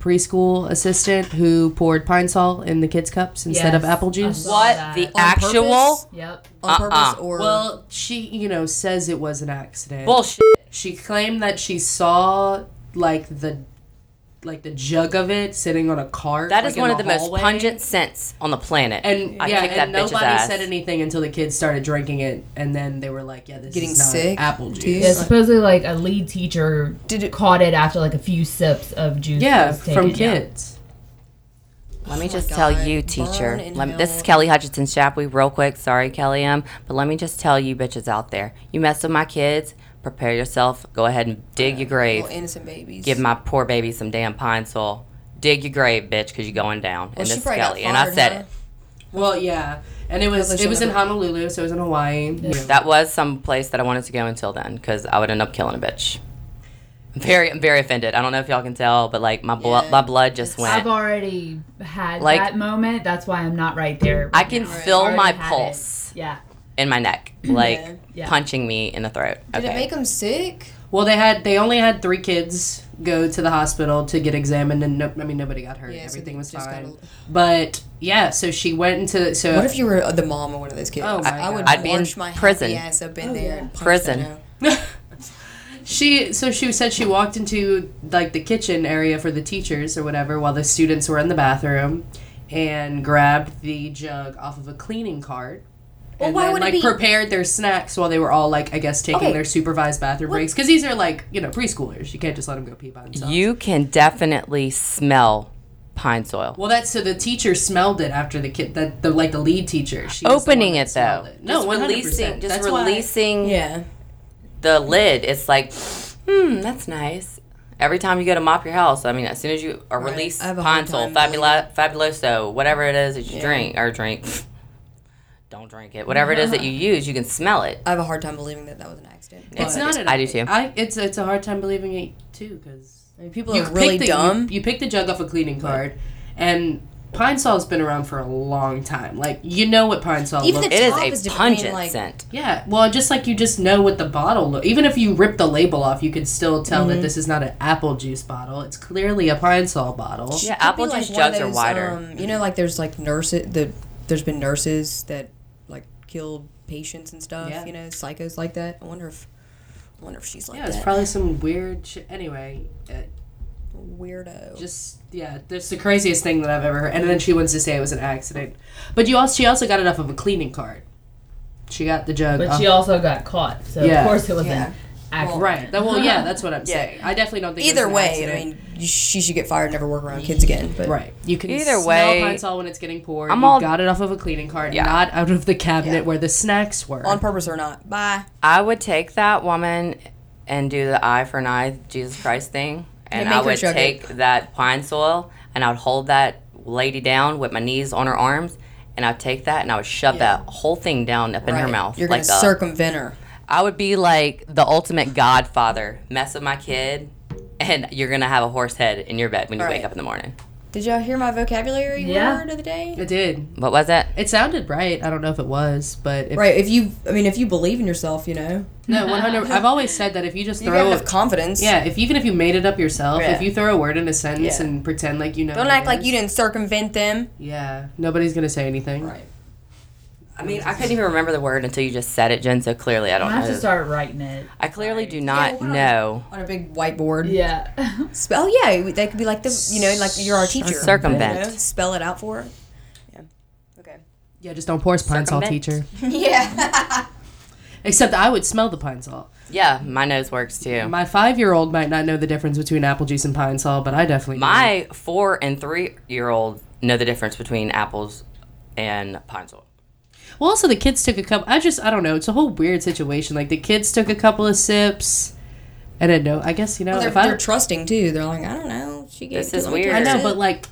preschool assistant who poured pine salt in the kids' cups instead of
Yes,
apple
I
juice?
saw
What
that.
the
On
actual
Yep.
On
Uh-uh.
purpose or
Well, she, you know, says it was an accident.
bullshit?
She claimed that she saw like the like the jug of it sitting on a cart.
That
like,
is
in
one of the most
hallway.
pungent scents on the planet.
And
I
yeah,
kicked that
and
bitch's
nobody
ass.
said anything until the kids started drinking it, and then they were like, "Yeah, this
Getting
is not
sick,
apple
too.
juice."
Yeah, supposedly like a lead teacher
Did it-
caught it after like a few sips of juice.
Yeah,
was
from
taken, yeah.
kids.
Let me just
Oh God.
tell you,
Burn
teacher.
in
Let me, this is
hell.
Kelly Hutchinson Shapwee, real quick. Sorry, Kelly M. But let me just tell you, bitches out there, you mess with my kids, prepare yourself. Go ahead and dig your grave.
little innocent babies.
Give my poor baby some damn pine soul. Dig your grave, bitch, because you're going down. and
she
this is
probably got
Kelly. And I
fired,
said
huh?
it.
Well, yeah, and it was
Probably
it was in
should've-
Honolulu, so it was in Hawaii. you know.
That was some place that I wanted to go until then, because I would end up killing a bitch. I'm very, I'm very offended. I don't know if y'all can tell, but like my blood,
Yeah.
my blood just went.
I've already had
Like-
that moment. That's why I'm not right there.
I
right
can
now.
feel
Already
my
had it.
pulse
Yeah.
in my neck, like
Yeah.
punching me in the throat.
Did
okay.
it make them sick?
Well, they had they only had three kids go to the hospital to get examined, and no, I mean nobody got hurt.
Yeah, so
Everything
they
was
just
fine.
got a-
but yeah, so she went into so
What if you were the mom of one of those kids?
Oh my
I, I would
God.
I'd be in
march my
prison.
happy ass up in there. And punch
Prison.
that out.
She so she said she walked into like the kitchen area for the teachers or whatever while the students were in the bathroom and grabbed the jug off of a cleaning cart. And
why
then,
would it
like
be-
prepared their snacks while they were all like I guess taking
Okay.
their supervised bathroom breaks because these are like you know preschoolers you can't just let them go pee by themselves.
You can definitely smell pine soil.
well, that's so the teacher smelled it after the kid that the like the lead teacher she was the
Opening
one that
it though,
smelled it. No,
just
100%.
releasing, just
That's why-
releasing
Yeah.
the lid. It's like, hmm, that's nice. Every time you go to mop your house, I mean, as soon as you or
Right.
release
I have a
pine
hard
sol,
time
fabula, fabuloso, whatever it is that you drink or drink, don't drink it. Whatever it is that you use, you can smell it.
I have a hard time believing that that was an accident.
It's not. An,
I do too.
I it's it's a hard time believing it too because
I mean, people
you
are really
pick the,
dumb.
You, you pick the jug off a cleaning card, and pine sol's been around for a long time. Like you know what pine sol
Even
looks.
the-
It
top
is
is
a
different. I mean,
pungent
like-
scent.
yeah, well, just like you just know what the bottle look. Even if you rip the label off, you could still tell that this is not an apple juice bottle. It's clearly a pine sol bottle.
Yeah,
Could be,
apple
like,
juice
one of
jugs are
those,
wider.
um, you know, like there's like nurses. The there's been nurses that like killed patients and stuff.
Yeah.
You know, psychos like that. I wonder if. I wonder if she's like
Yeah, it's
that.
probably some weird shit. Anyway, uh,
Weirdo.
just yeah, that's the craziest thing that I've ever heard. And then she wants to say it was an accident, but you also she also got it off of a cleaning card. She got the jug.
But
off-
she also got caught, so
Yeah.
of course it was
Yeah.
an accident.
right. That- well, yeah, that's what I'm saying. I definitely don't think it was
Either
an
way,
accident.
I mean, you- she should get fired. and Never work around kids again. But
Right. You can
Either
smell
way,
pine sol when it's getting poured.
I'm
you
all-
got it off of a cleaning cart,
Yeah.
not out of the cabinet
Yeah.
where the snacks were.
on purpose or not, bye.
I would take that woman and do the eye for an eye Jesus Christ thing, and
make
I
her
would
chug
take that pine soil and I would hold that lady down with my knees on her arms, and I'd take that and I would shove that whole thing down up in her
Right.
mouth.
You're
like
gonna
a-
circumvent her.
I would be like the ultimate godfather. Mess with my kid, and you're gonna have a horse head in your bed when you wake
Right.
up in the morning.
Did y'all hear my vocabulary
Yeah.
word of the day?
It did.
What was it?
It sounded right. I don't know if it was, but if,
Right. If you, I mean, if you believe in yourself, you know,
no, one hundred. I've always said that if you just
you
throw,
gotta
a
have confidence.
yeah, if even if you made it up yourself,
Yeah.
if you throw a word in a sentence
Yeah.
and pretend like you know,
Don't
what it
act like
is,
you didn't circumvent them.
Yeah, nobody's gonna say anything.
Right.
I mean, I couldn't even remember the word until you just said it, Jen. So clearly, I
I
don't
have to
know.
start writing it.
I clearly do not
we're not-
know.
On a big whiteboard.
Yeah.
Spell. Yeah. They could be like the, you know, like you're our teacher.
circumvent.
You know, spell it out for. her. Yeah. Okay.
Yeah, just don't pour pine sol,
Circumvent.
teacher.
Yeah.
Except I would smell the pine sol.
Yeah, my nose works too.
My five-year-old might not know the difference between apple juice and pine sol, but I definitely do.
My four and three year old know the difference between apples and pine soil.
Well, also the kids took a couple. I just I don't know. It's a whole weird situation. Like the kids took a couple of sips. I didn't know. I guess you know
They're,
if I.
they're trusting too. They're like, I don't know. She gave.
This
it to
is
them.
weird.
I know, but like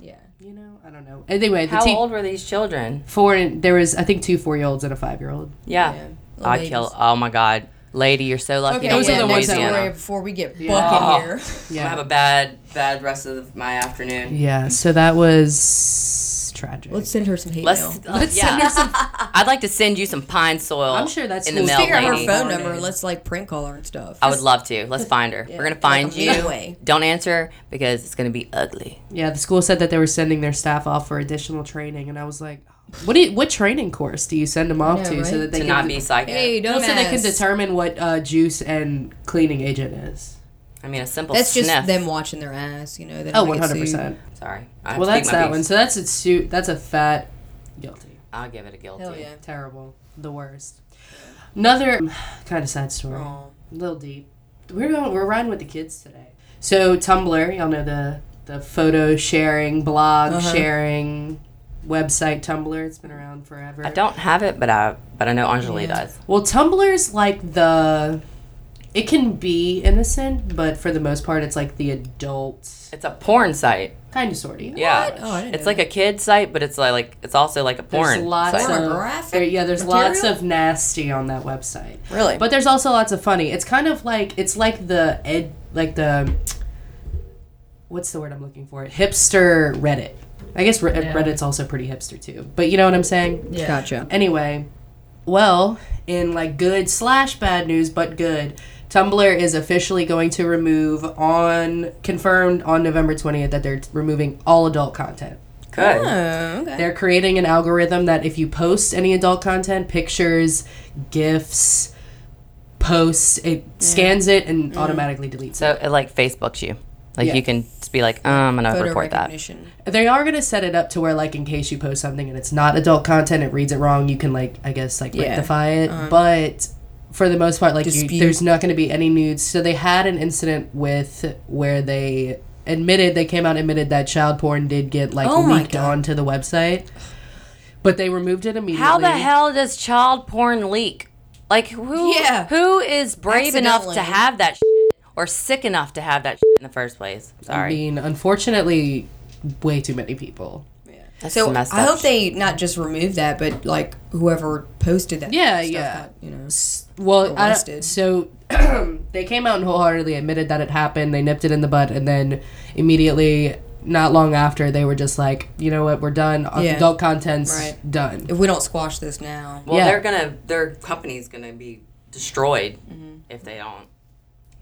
Yeah.
you know, I don't know. Anyway, the
How
te-
old were these children?
four and there was I think two four-year-olds and a five-year-old.
Yeah,
Yeah, little
I
babies.
kill. Oh my god, lady, you're so lucky.
Okay.
to
Those
live
are the
in
ones that
Louisiana.
worry
were-
before we get
Oh.
bucking here.
I have a bad, bad rest of my afternoon.
Yeah. So that was tragic.
Let's send her some hate
Let's,
mail.
uh, yeah. I'd like to send you some pine soil.
I'm sure that's
in the
cool.
mail,
Figure
Figure out
lady.
her phone
Morning.
number. Let's like prank call her and stuff.
I would love to. Let's find her. We're gonna find
like a
you.
mean way.
Don't answer because it's gonna be ugly.
Yeah, the school said that they were sending their staff off for additional training, and I was like, what do you, what training course do you send them off
know,
to so
right?
that they
To
can
not be psychic.
Hey,
Well,
don't.
so they can determine what uh, juice and cleaning agent is.
I mean, a simple
That's just
sniff.
them watching their ass. You know. They
Oh,
don't
one
wanna get
hundred
sued.
percent.
Sorry. I have
Well,
to speak
that's
my
that
piece.
one. So that's a suit. That's a fat guilty.
I'll give it a guilty.
Hell yeah.
Terrible. The worst. Another kind of sad story. Little deep. We're going, we're riding with the kids today. So Tumblr, y'all know the the photo sharing, blog
Uh-huh.
sharing website Tumblr. It's been around forever.
I don't have it, but I but I know Anjali does.
Well, Tumblr's like the. It can be innocent, but for the most part, it's like the adult
It's a porn site.
kind of sorty.
Yeah,
Oh, I didn't
it's
know
like a kid site, but it's like, like it's also like a porn.
There's lots
site.
of
Pornographic
there- yeah. There's lots
material?
of nasty on that website.
Really?
But there's also lots of funny. It's kind of like it's like the ed like the what's the word I'm looking for? Hipster Reddit. I guess Re- Reddit's also pretty hipster too. But you know what I'm saying?
yeah.
Gotcha.
Anyway, well, in like good slash bad news, but good, Tumblr is officially going to remove on confirmed on November 20th that they're removing all adult content.
Good.
They're creating an algorithm that if you post any adult content, pictures, gifs, posts, it scans it and automatically deletes it.
So it like Facebooks you. Like
Yeah.
you can just be like, um, I'm gonna
Photo
report that.
recognition.
They are going to set it up to where, like, in case you post something and it's not adult content, it reads it wrong. You can, like, I guess, like, rectify it. but for the most part, like, you,
Um, Dispute.
there's not going to be any nudes. So they had an incident with where they admitted they came out and admitted that child porn did get like
Oh my
leaked
God.
onto the website, but they removed it immediately.
How the hell does child porn leak? Like who?
Yeah.
Who is brave enough to
Accidentally.
have that shit, or sick enough to have that shit in the first place?
I
Sorry.
mean, unfortunately, way too many people.
That's
So
messed
I
up.
hope they not just remove that, but like whoever posted that.
Yeah,
stuff
yeah.
got, you know.
Well, I don't
Arrested.
so they came out and wholeheartedly admitted that it happened. They nipped it in the bud, and then immediately, not long after, they were just like, you know what, we're done.
Yeah.
Adult content's
Right.
done.
If we don't squash this now,
Well,
Yeah.
they're gonna their company's gonna be destroyed
Mm-hmm.
if they don't.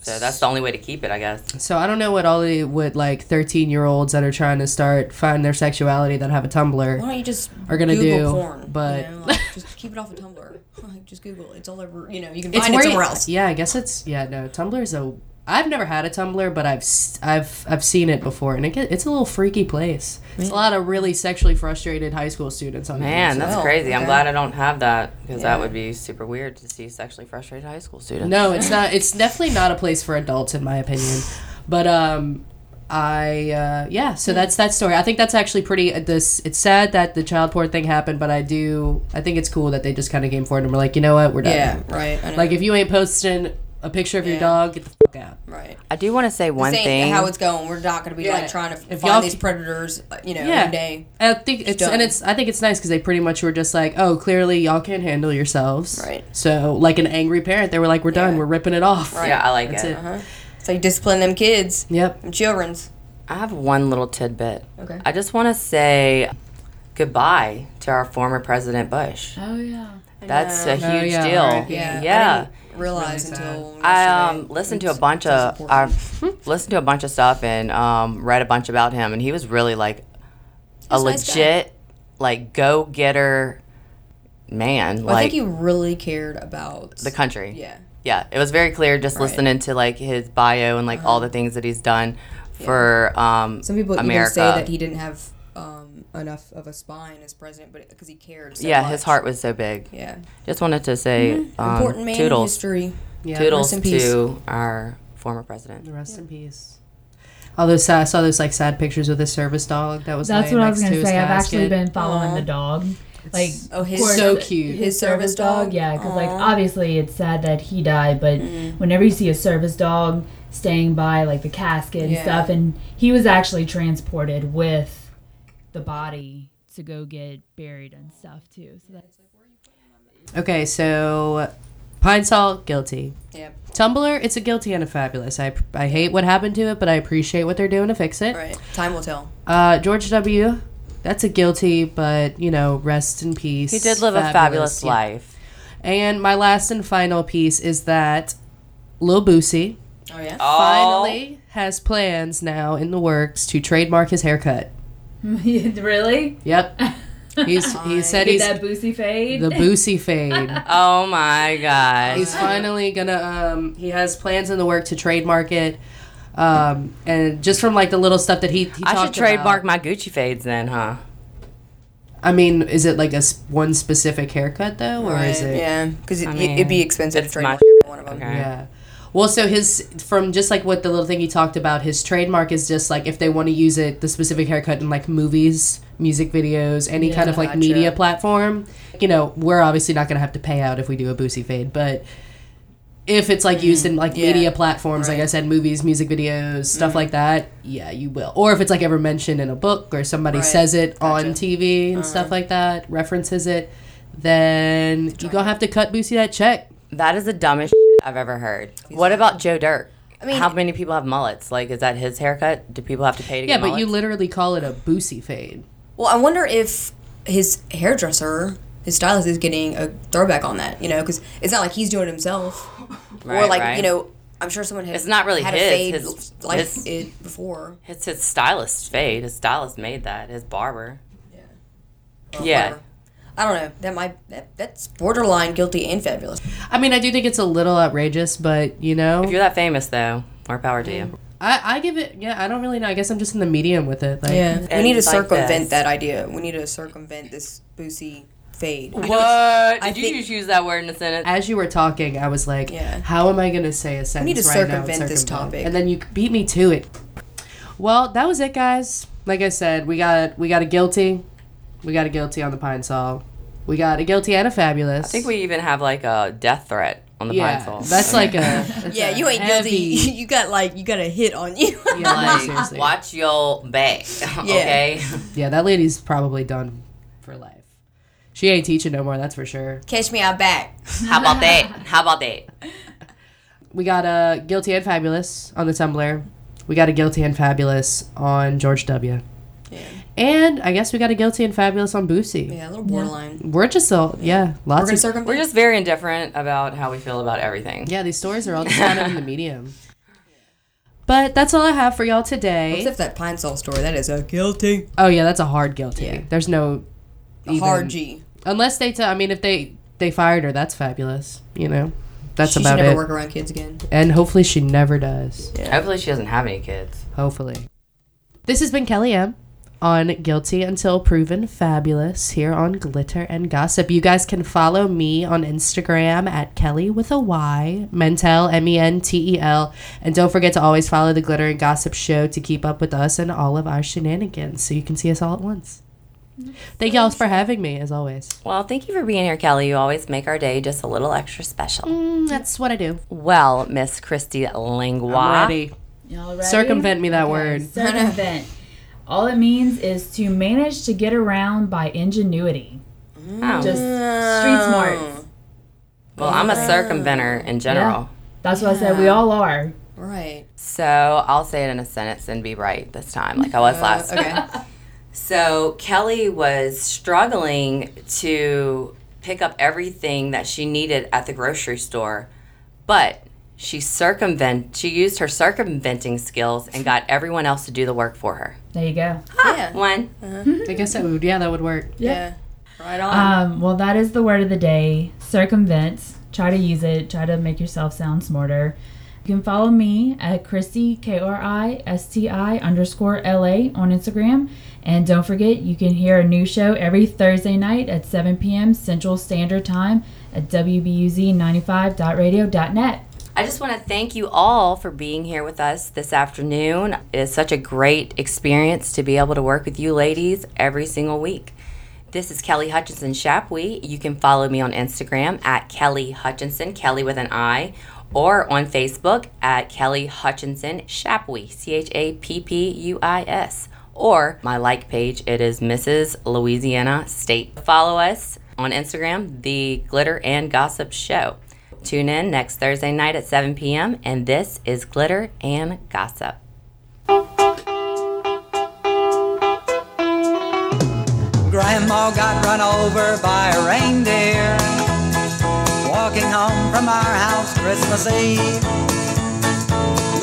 So that's the only way to keep it, I guess.
So I don't know what all the what like thirteen year olds that are trying to start find their sexuality that have a Tumblr
why don't you just
are gonna
Google
do.
porn? you
but
know, like, just keep it off of Tumblr. Like, just Google. it. It's all over. You know, you can
it's
find it
where-
somewhere else.
Yeah, I guess it's yeah. No, Tumblr's a. I've never had a Tumblr, but I've s- I've I've seen it before, and it get, it's a little freaky place. It's a lot of really sexually frustrated high school students on there,
Man,
so-
that's
Well,
crazy. I'm
okay.
glad I don't have that because that would be super weird to see sexually frustrated high school students.
No, it's not. It's definitely not a place for adults, in my opinion. But um, I uh, yeah. So that's that story. I think that's actually pretty. uh, This it's sad that the child porn thing happened, but I do. I think it's cool that they just kind of came forward and were like, you know what, we're done.
Yeah, right. I know.
Like if you ain't posting a picture of your
Yeah.
dog, get the fuck out.
right.
I do want to say one
Same
thing.
how it's going. We're not going to be
Yeah.
like trying to
If y'all-
find these predators. uh, You know, every day.
I think it's
done.
and it's I think it's nice because they pretty much were just like, oh, clearly y'all can't handle yourselves.
Right.
So like an angry parent, they were like, we're done, we're ripping it off.
yeah, I like
That's
it.
it.
Uh-huh. So you discipline them kids,
Yep.
them childrens.
I have one little tidbit.
Okay.
I just want to say goodbye to our former President Bush.
Oh yeah.
That's a huge
Oh, yeah,
deal.
R.I.P.
Yeah.
Yeah.
I didn't realize until
I
yesterday.
um, listened to a bunch of I've listened to a bunch of stuff and um, read a bunch about him, and he was really like a
a nice guy.
legit like go getter man.
I
like
think you really cared about
the country.
Yeah.
yeah. It was very clear just listening to like his bio and like all the things that he's done for um,
Some people
America.
even say that he didn't have um, enough of a spine as president, but because he cared. So
yeah,
much.
his heart was so big.
Yeah,
Just wanted to say um,
important man in
toodles,
history.
Yeah.
toodles
Rest in peace.
to our former president.
Rest in peace. All those sad, I saw those like sad pictures with his service dog that was
That's
laying
what I
next
was gonna
to his
say. I've
casket.
actually been following the dog. Like
Oh, his
course,
so cute.
his service dog.
Yeah, because like obviously it's sad that he died, but
Mm-hmm.
whenever you see a service dog staying by like the casket and
Yeah.
stuff, and he was actually transported with the body to go get buried and stuff too. So that's
okay, so Pine Salt guilty.
Yeah,
Tumblr, it's a guilty and a fabulous. I I hate what happened to it, but I appreciate what they're doing to fix it.
right. Time will tell.
Uh, George W. That's a guilty, but you know, rest in peace.
He did live a fabulous
yeah.
life.
And my last and final piece is that Lil Boosie
Oh yeah.
finally has plans now in the works to trademark his haircut.
really
Yep. He's he said
did
he's
that boozy fade.
the Boosie fade.
Oh my gosh.
He's finally gonna. Um, he has plans in the work to trademark it, um, and just from like the little stuff that he, he
I should
talked
trademark
about-
my Gucci fades then, huh?
I mean, is it like a s- one specific haircut though, or is it?
Yeah, because it, it'd be expensive to
it's my
trademark every one of them.
Okay.
Yeah. Well, so his from just like what the little thing he talked about, his trademark is just like if they want to use it, the specific haircut in like movies, music videos, any kind of like media platform. You know, we're obviously not gonna have to pay out if we do a Boosie fade, but if it's like used in like media platforms, like I said, movies, music videos, stuff like that, yeah, you will. Or if it's like ever mentioned in a book or somebody says it on TV and stuff like that, references it, then you're gonna have to cut Boosie that check.
That is the dumbest shit I've ever heard. What about Joe Dirt? I mean, how many people have mullets? Like, is that his haircut? Do people have to pay to
Yeah,
get
but you
mullets?
literally call it a boosie fade.
Well, I wonder if his hairdresser, his stylist, is getting a throwback on that. You know, because it's not like he's doing it himself, or
Right,
like
right.
you know, I'm sure someone had.
It's not really
had
his,
a fade
his-
like
his-
it before.
It's his stylist's fade. His stylist made that. His barber.
Or
Yeah.
whatever. I don't know. That might that, that's borderline guilty and fabulous.
I mean, I do think it's a little outrageous, but you know,
If you're that famous, though, more power to you.
I, I give it. Yeah, I don't really know. I guess I'm just in the medium with it. Like,
we need to
And like
circumvent
this.
that idea. We need to circumvent this boozy fade.
What? Did you
think-
just use that word in a sentence?
As you were talking, I was like,
Yeah.
"How am I going to say a sentence?"
to
right now and
circumvent this topic.
and then you beat me to it. Well, that was it, guys. Like I said, we got we got a guilty, we got a guilty on the pine saw, we got a guilty and a fabulous.
I think we even have like a death threat on the
yeah,
pine sol.
that's like a that's
Yeah,
a
you ain't guilty.
heavy-
You got like you got a hit on you.
Yeah, no,
like
seriously.
watch your back. okay.
yeah, that lady's probably done for life. She ain't teaching no more. That's for sure.
Catch me out back.
How about that? How about that?
We got a guilty and fabulous on the Tumblr. We got a guilty and fabulous on George W.
Yeah.
And I guess we got a guilty and fabulous on Boosie.
Yeah, a little borderline.
We're just all yeah,
We're
lots
gonna
of
circumvent.
We're just very indifferent about how we feel about everything.
yeah. These stories are all just kind of in the medium. But that's all I have for y'all today.
except that pine sol story. That is a guilty,
Oh yeah, that's a hard guilty. There's no
a hard G.
unless they. T- I mean, if they they fired her, that's fabulous. You know, that's
she should
about
never
it.
work around kids again.
And hopefully she never does.
Hopefully, she doesn't have any kids.
Hopefully. This has been Kelly M on Guilty Until Proven Fabulous here on Glitter and Gossip. You guys can follow me on Instagram at Kelly with a Y, Mentel, M E N T E L. And don't forget to always follow the Glitter and Gossip show to keep up with us and all of our shenanigans so you can see us all at once. Thank y'all for having me, as always.
Well, thank you for being here, Kelly. You always make our day just a little extra special.
Mm, that's what I do.
Well, Miss Christy Langlois.
Ready.
Y'all ready?
Circumvent me that word.
Circumvent. All it means is to manage to get around by ingenuity.
Oh.
Just street
Oh.
smarts.
well, I'm a circumventer in general.
That's what I said. We all are.
Right.
So I'll say it in a sentence and be right this time, like I was last.
Okay.
So Kelly was struggling to pick up everything that she needed at the grocery store, but she circumvent she used her circumventing skills and got everyone else to do the work for her.
There you go.
yeah.
One.
I guess that would, yeah, that would work.
Yeah. Right on.
Um, well, that is the word of the day. Circumvent. Try to use it. Try to make yourself sound smarter. You can follow me at Christy K R I S T I underscore L A on Instagram, and don't forget you can hear a new show every Thursday night at 7 p.m. Central Standard Time at WBUZ95.radio.net.
I just want to thank you all for being here with us this afternoon. It is such a great experience to be able to work with you ladies every single week. This is Kelly Hutchinson Shapwe. You can follow me on Instagram at Kelly Hutchinson, Kelly with an I, or on Facebook at Kelly Hutchinson Shapwe, C H A P P U I S. Or my like page, it is Mrs. Louisiana State. Follow us on Instagram, The Glitter and Gossip Show. Tune in next Thursday night at 7 p.m. And this is Glitter and Gossip.
Grandma got run over by a reindeer walking home from our house Christmas Eve.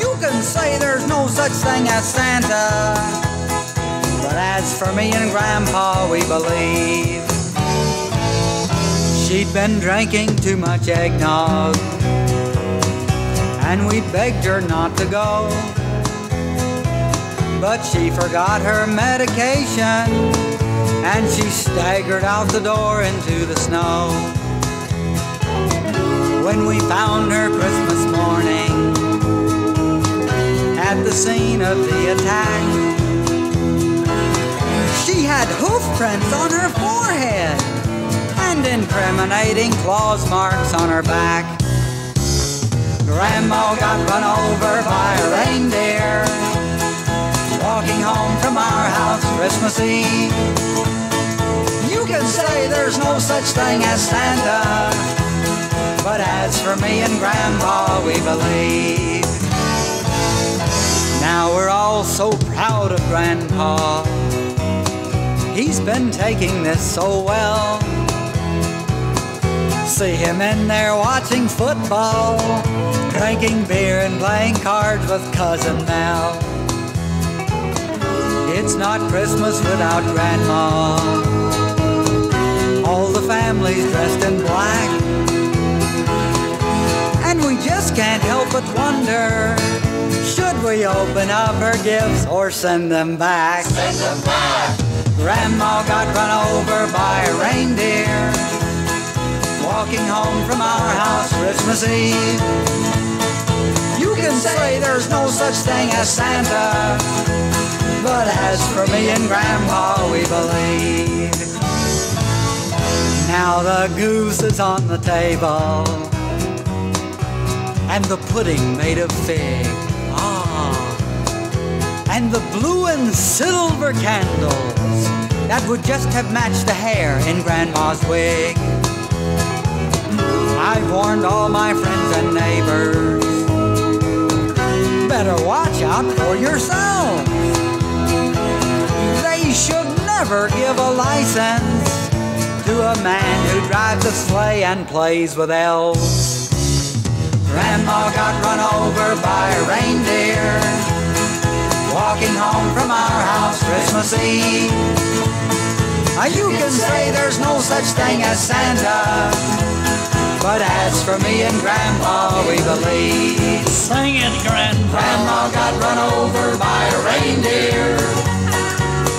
You can say there's no such thing as Santa, but as for me and Grandpa, we believe. She'd been drinking too much eggnog, and we begged her not to go. But she forgot her medication and she staggered out the door into the snow. When we found her Christmas morning at the scene of the attack, she had hoof prints on her forehead and incriminating claws marks on her back. Grandma got run over by a reindeer walking home from our house Christmas Eve. You can say there's no such thing as Santa, but as for me and Grandpa, we believe. Now we're all so proud of Grandpa. He's been taking this so well. See him in there watching football, drinking beer and playing cards with Cousin Mel. It's not Christmas without Grandma. All the family's dressed in black. And we just can't help but wonder should we open up her gifts or send them back? Send them back! Grandma got run over by a reindeer. Walking home from our house Christmas Eve. You can say there's no such thing as Santa, but as for me and Grandpa, we believe. Now the goose is on the table, and the pudding made of fig. Ah, and the blue and silver candles that would just have matched the hair in Grandma's wig. I've warned all my friends and neighbors. Better watch out for yourselves. They should never give a license to a man who drives a sleigh and plays with elves. Grandma got run over by a reindeer. Walking home from our house Christmas Eve. Uh, You can say there's no such thing as Santa, but as for me and Grandma, we believe.
Sing it, Grandpa.
Grandma got run over by a reindeer.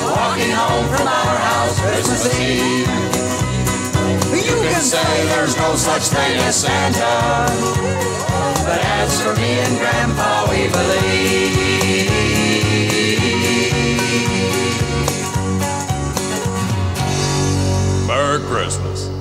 Walking home from our house Christmas Eve. You can say there's no such thing as Santa. But as for me and Grandpa, we believe.
Merry Christmas.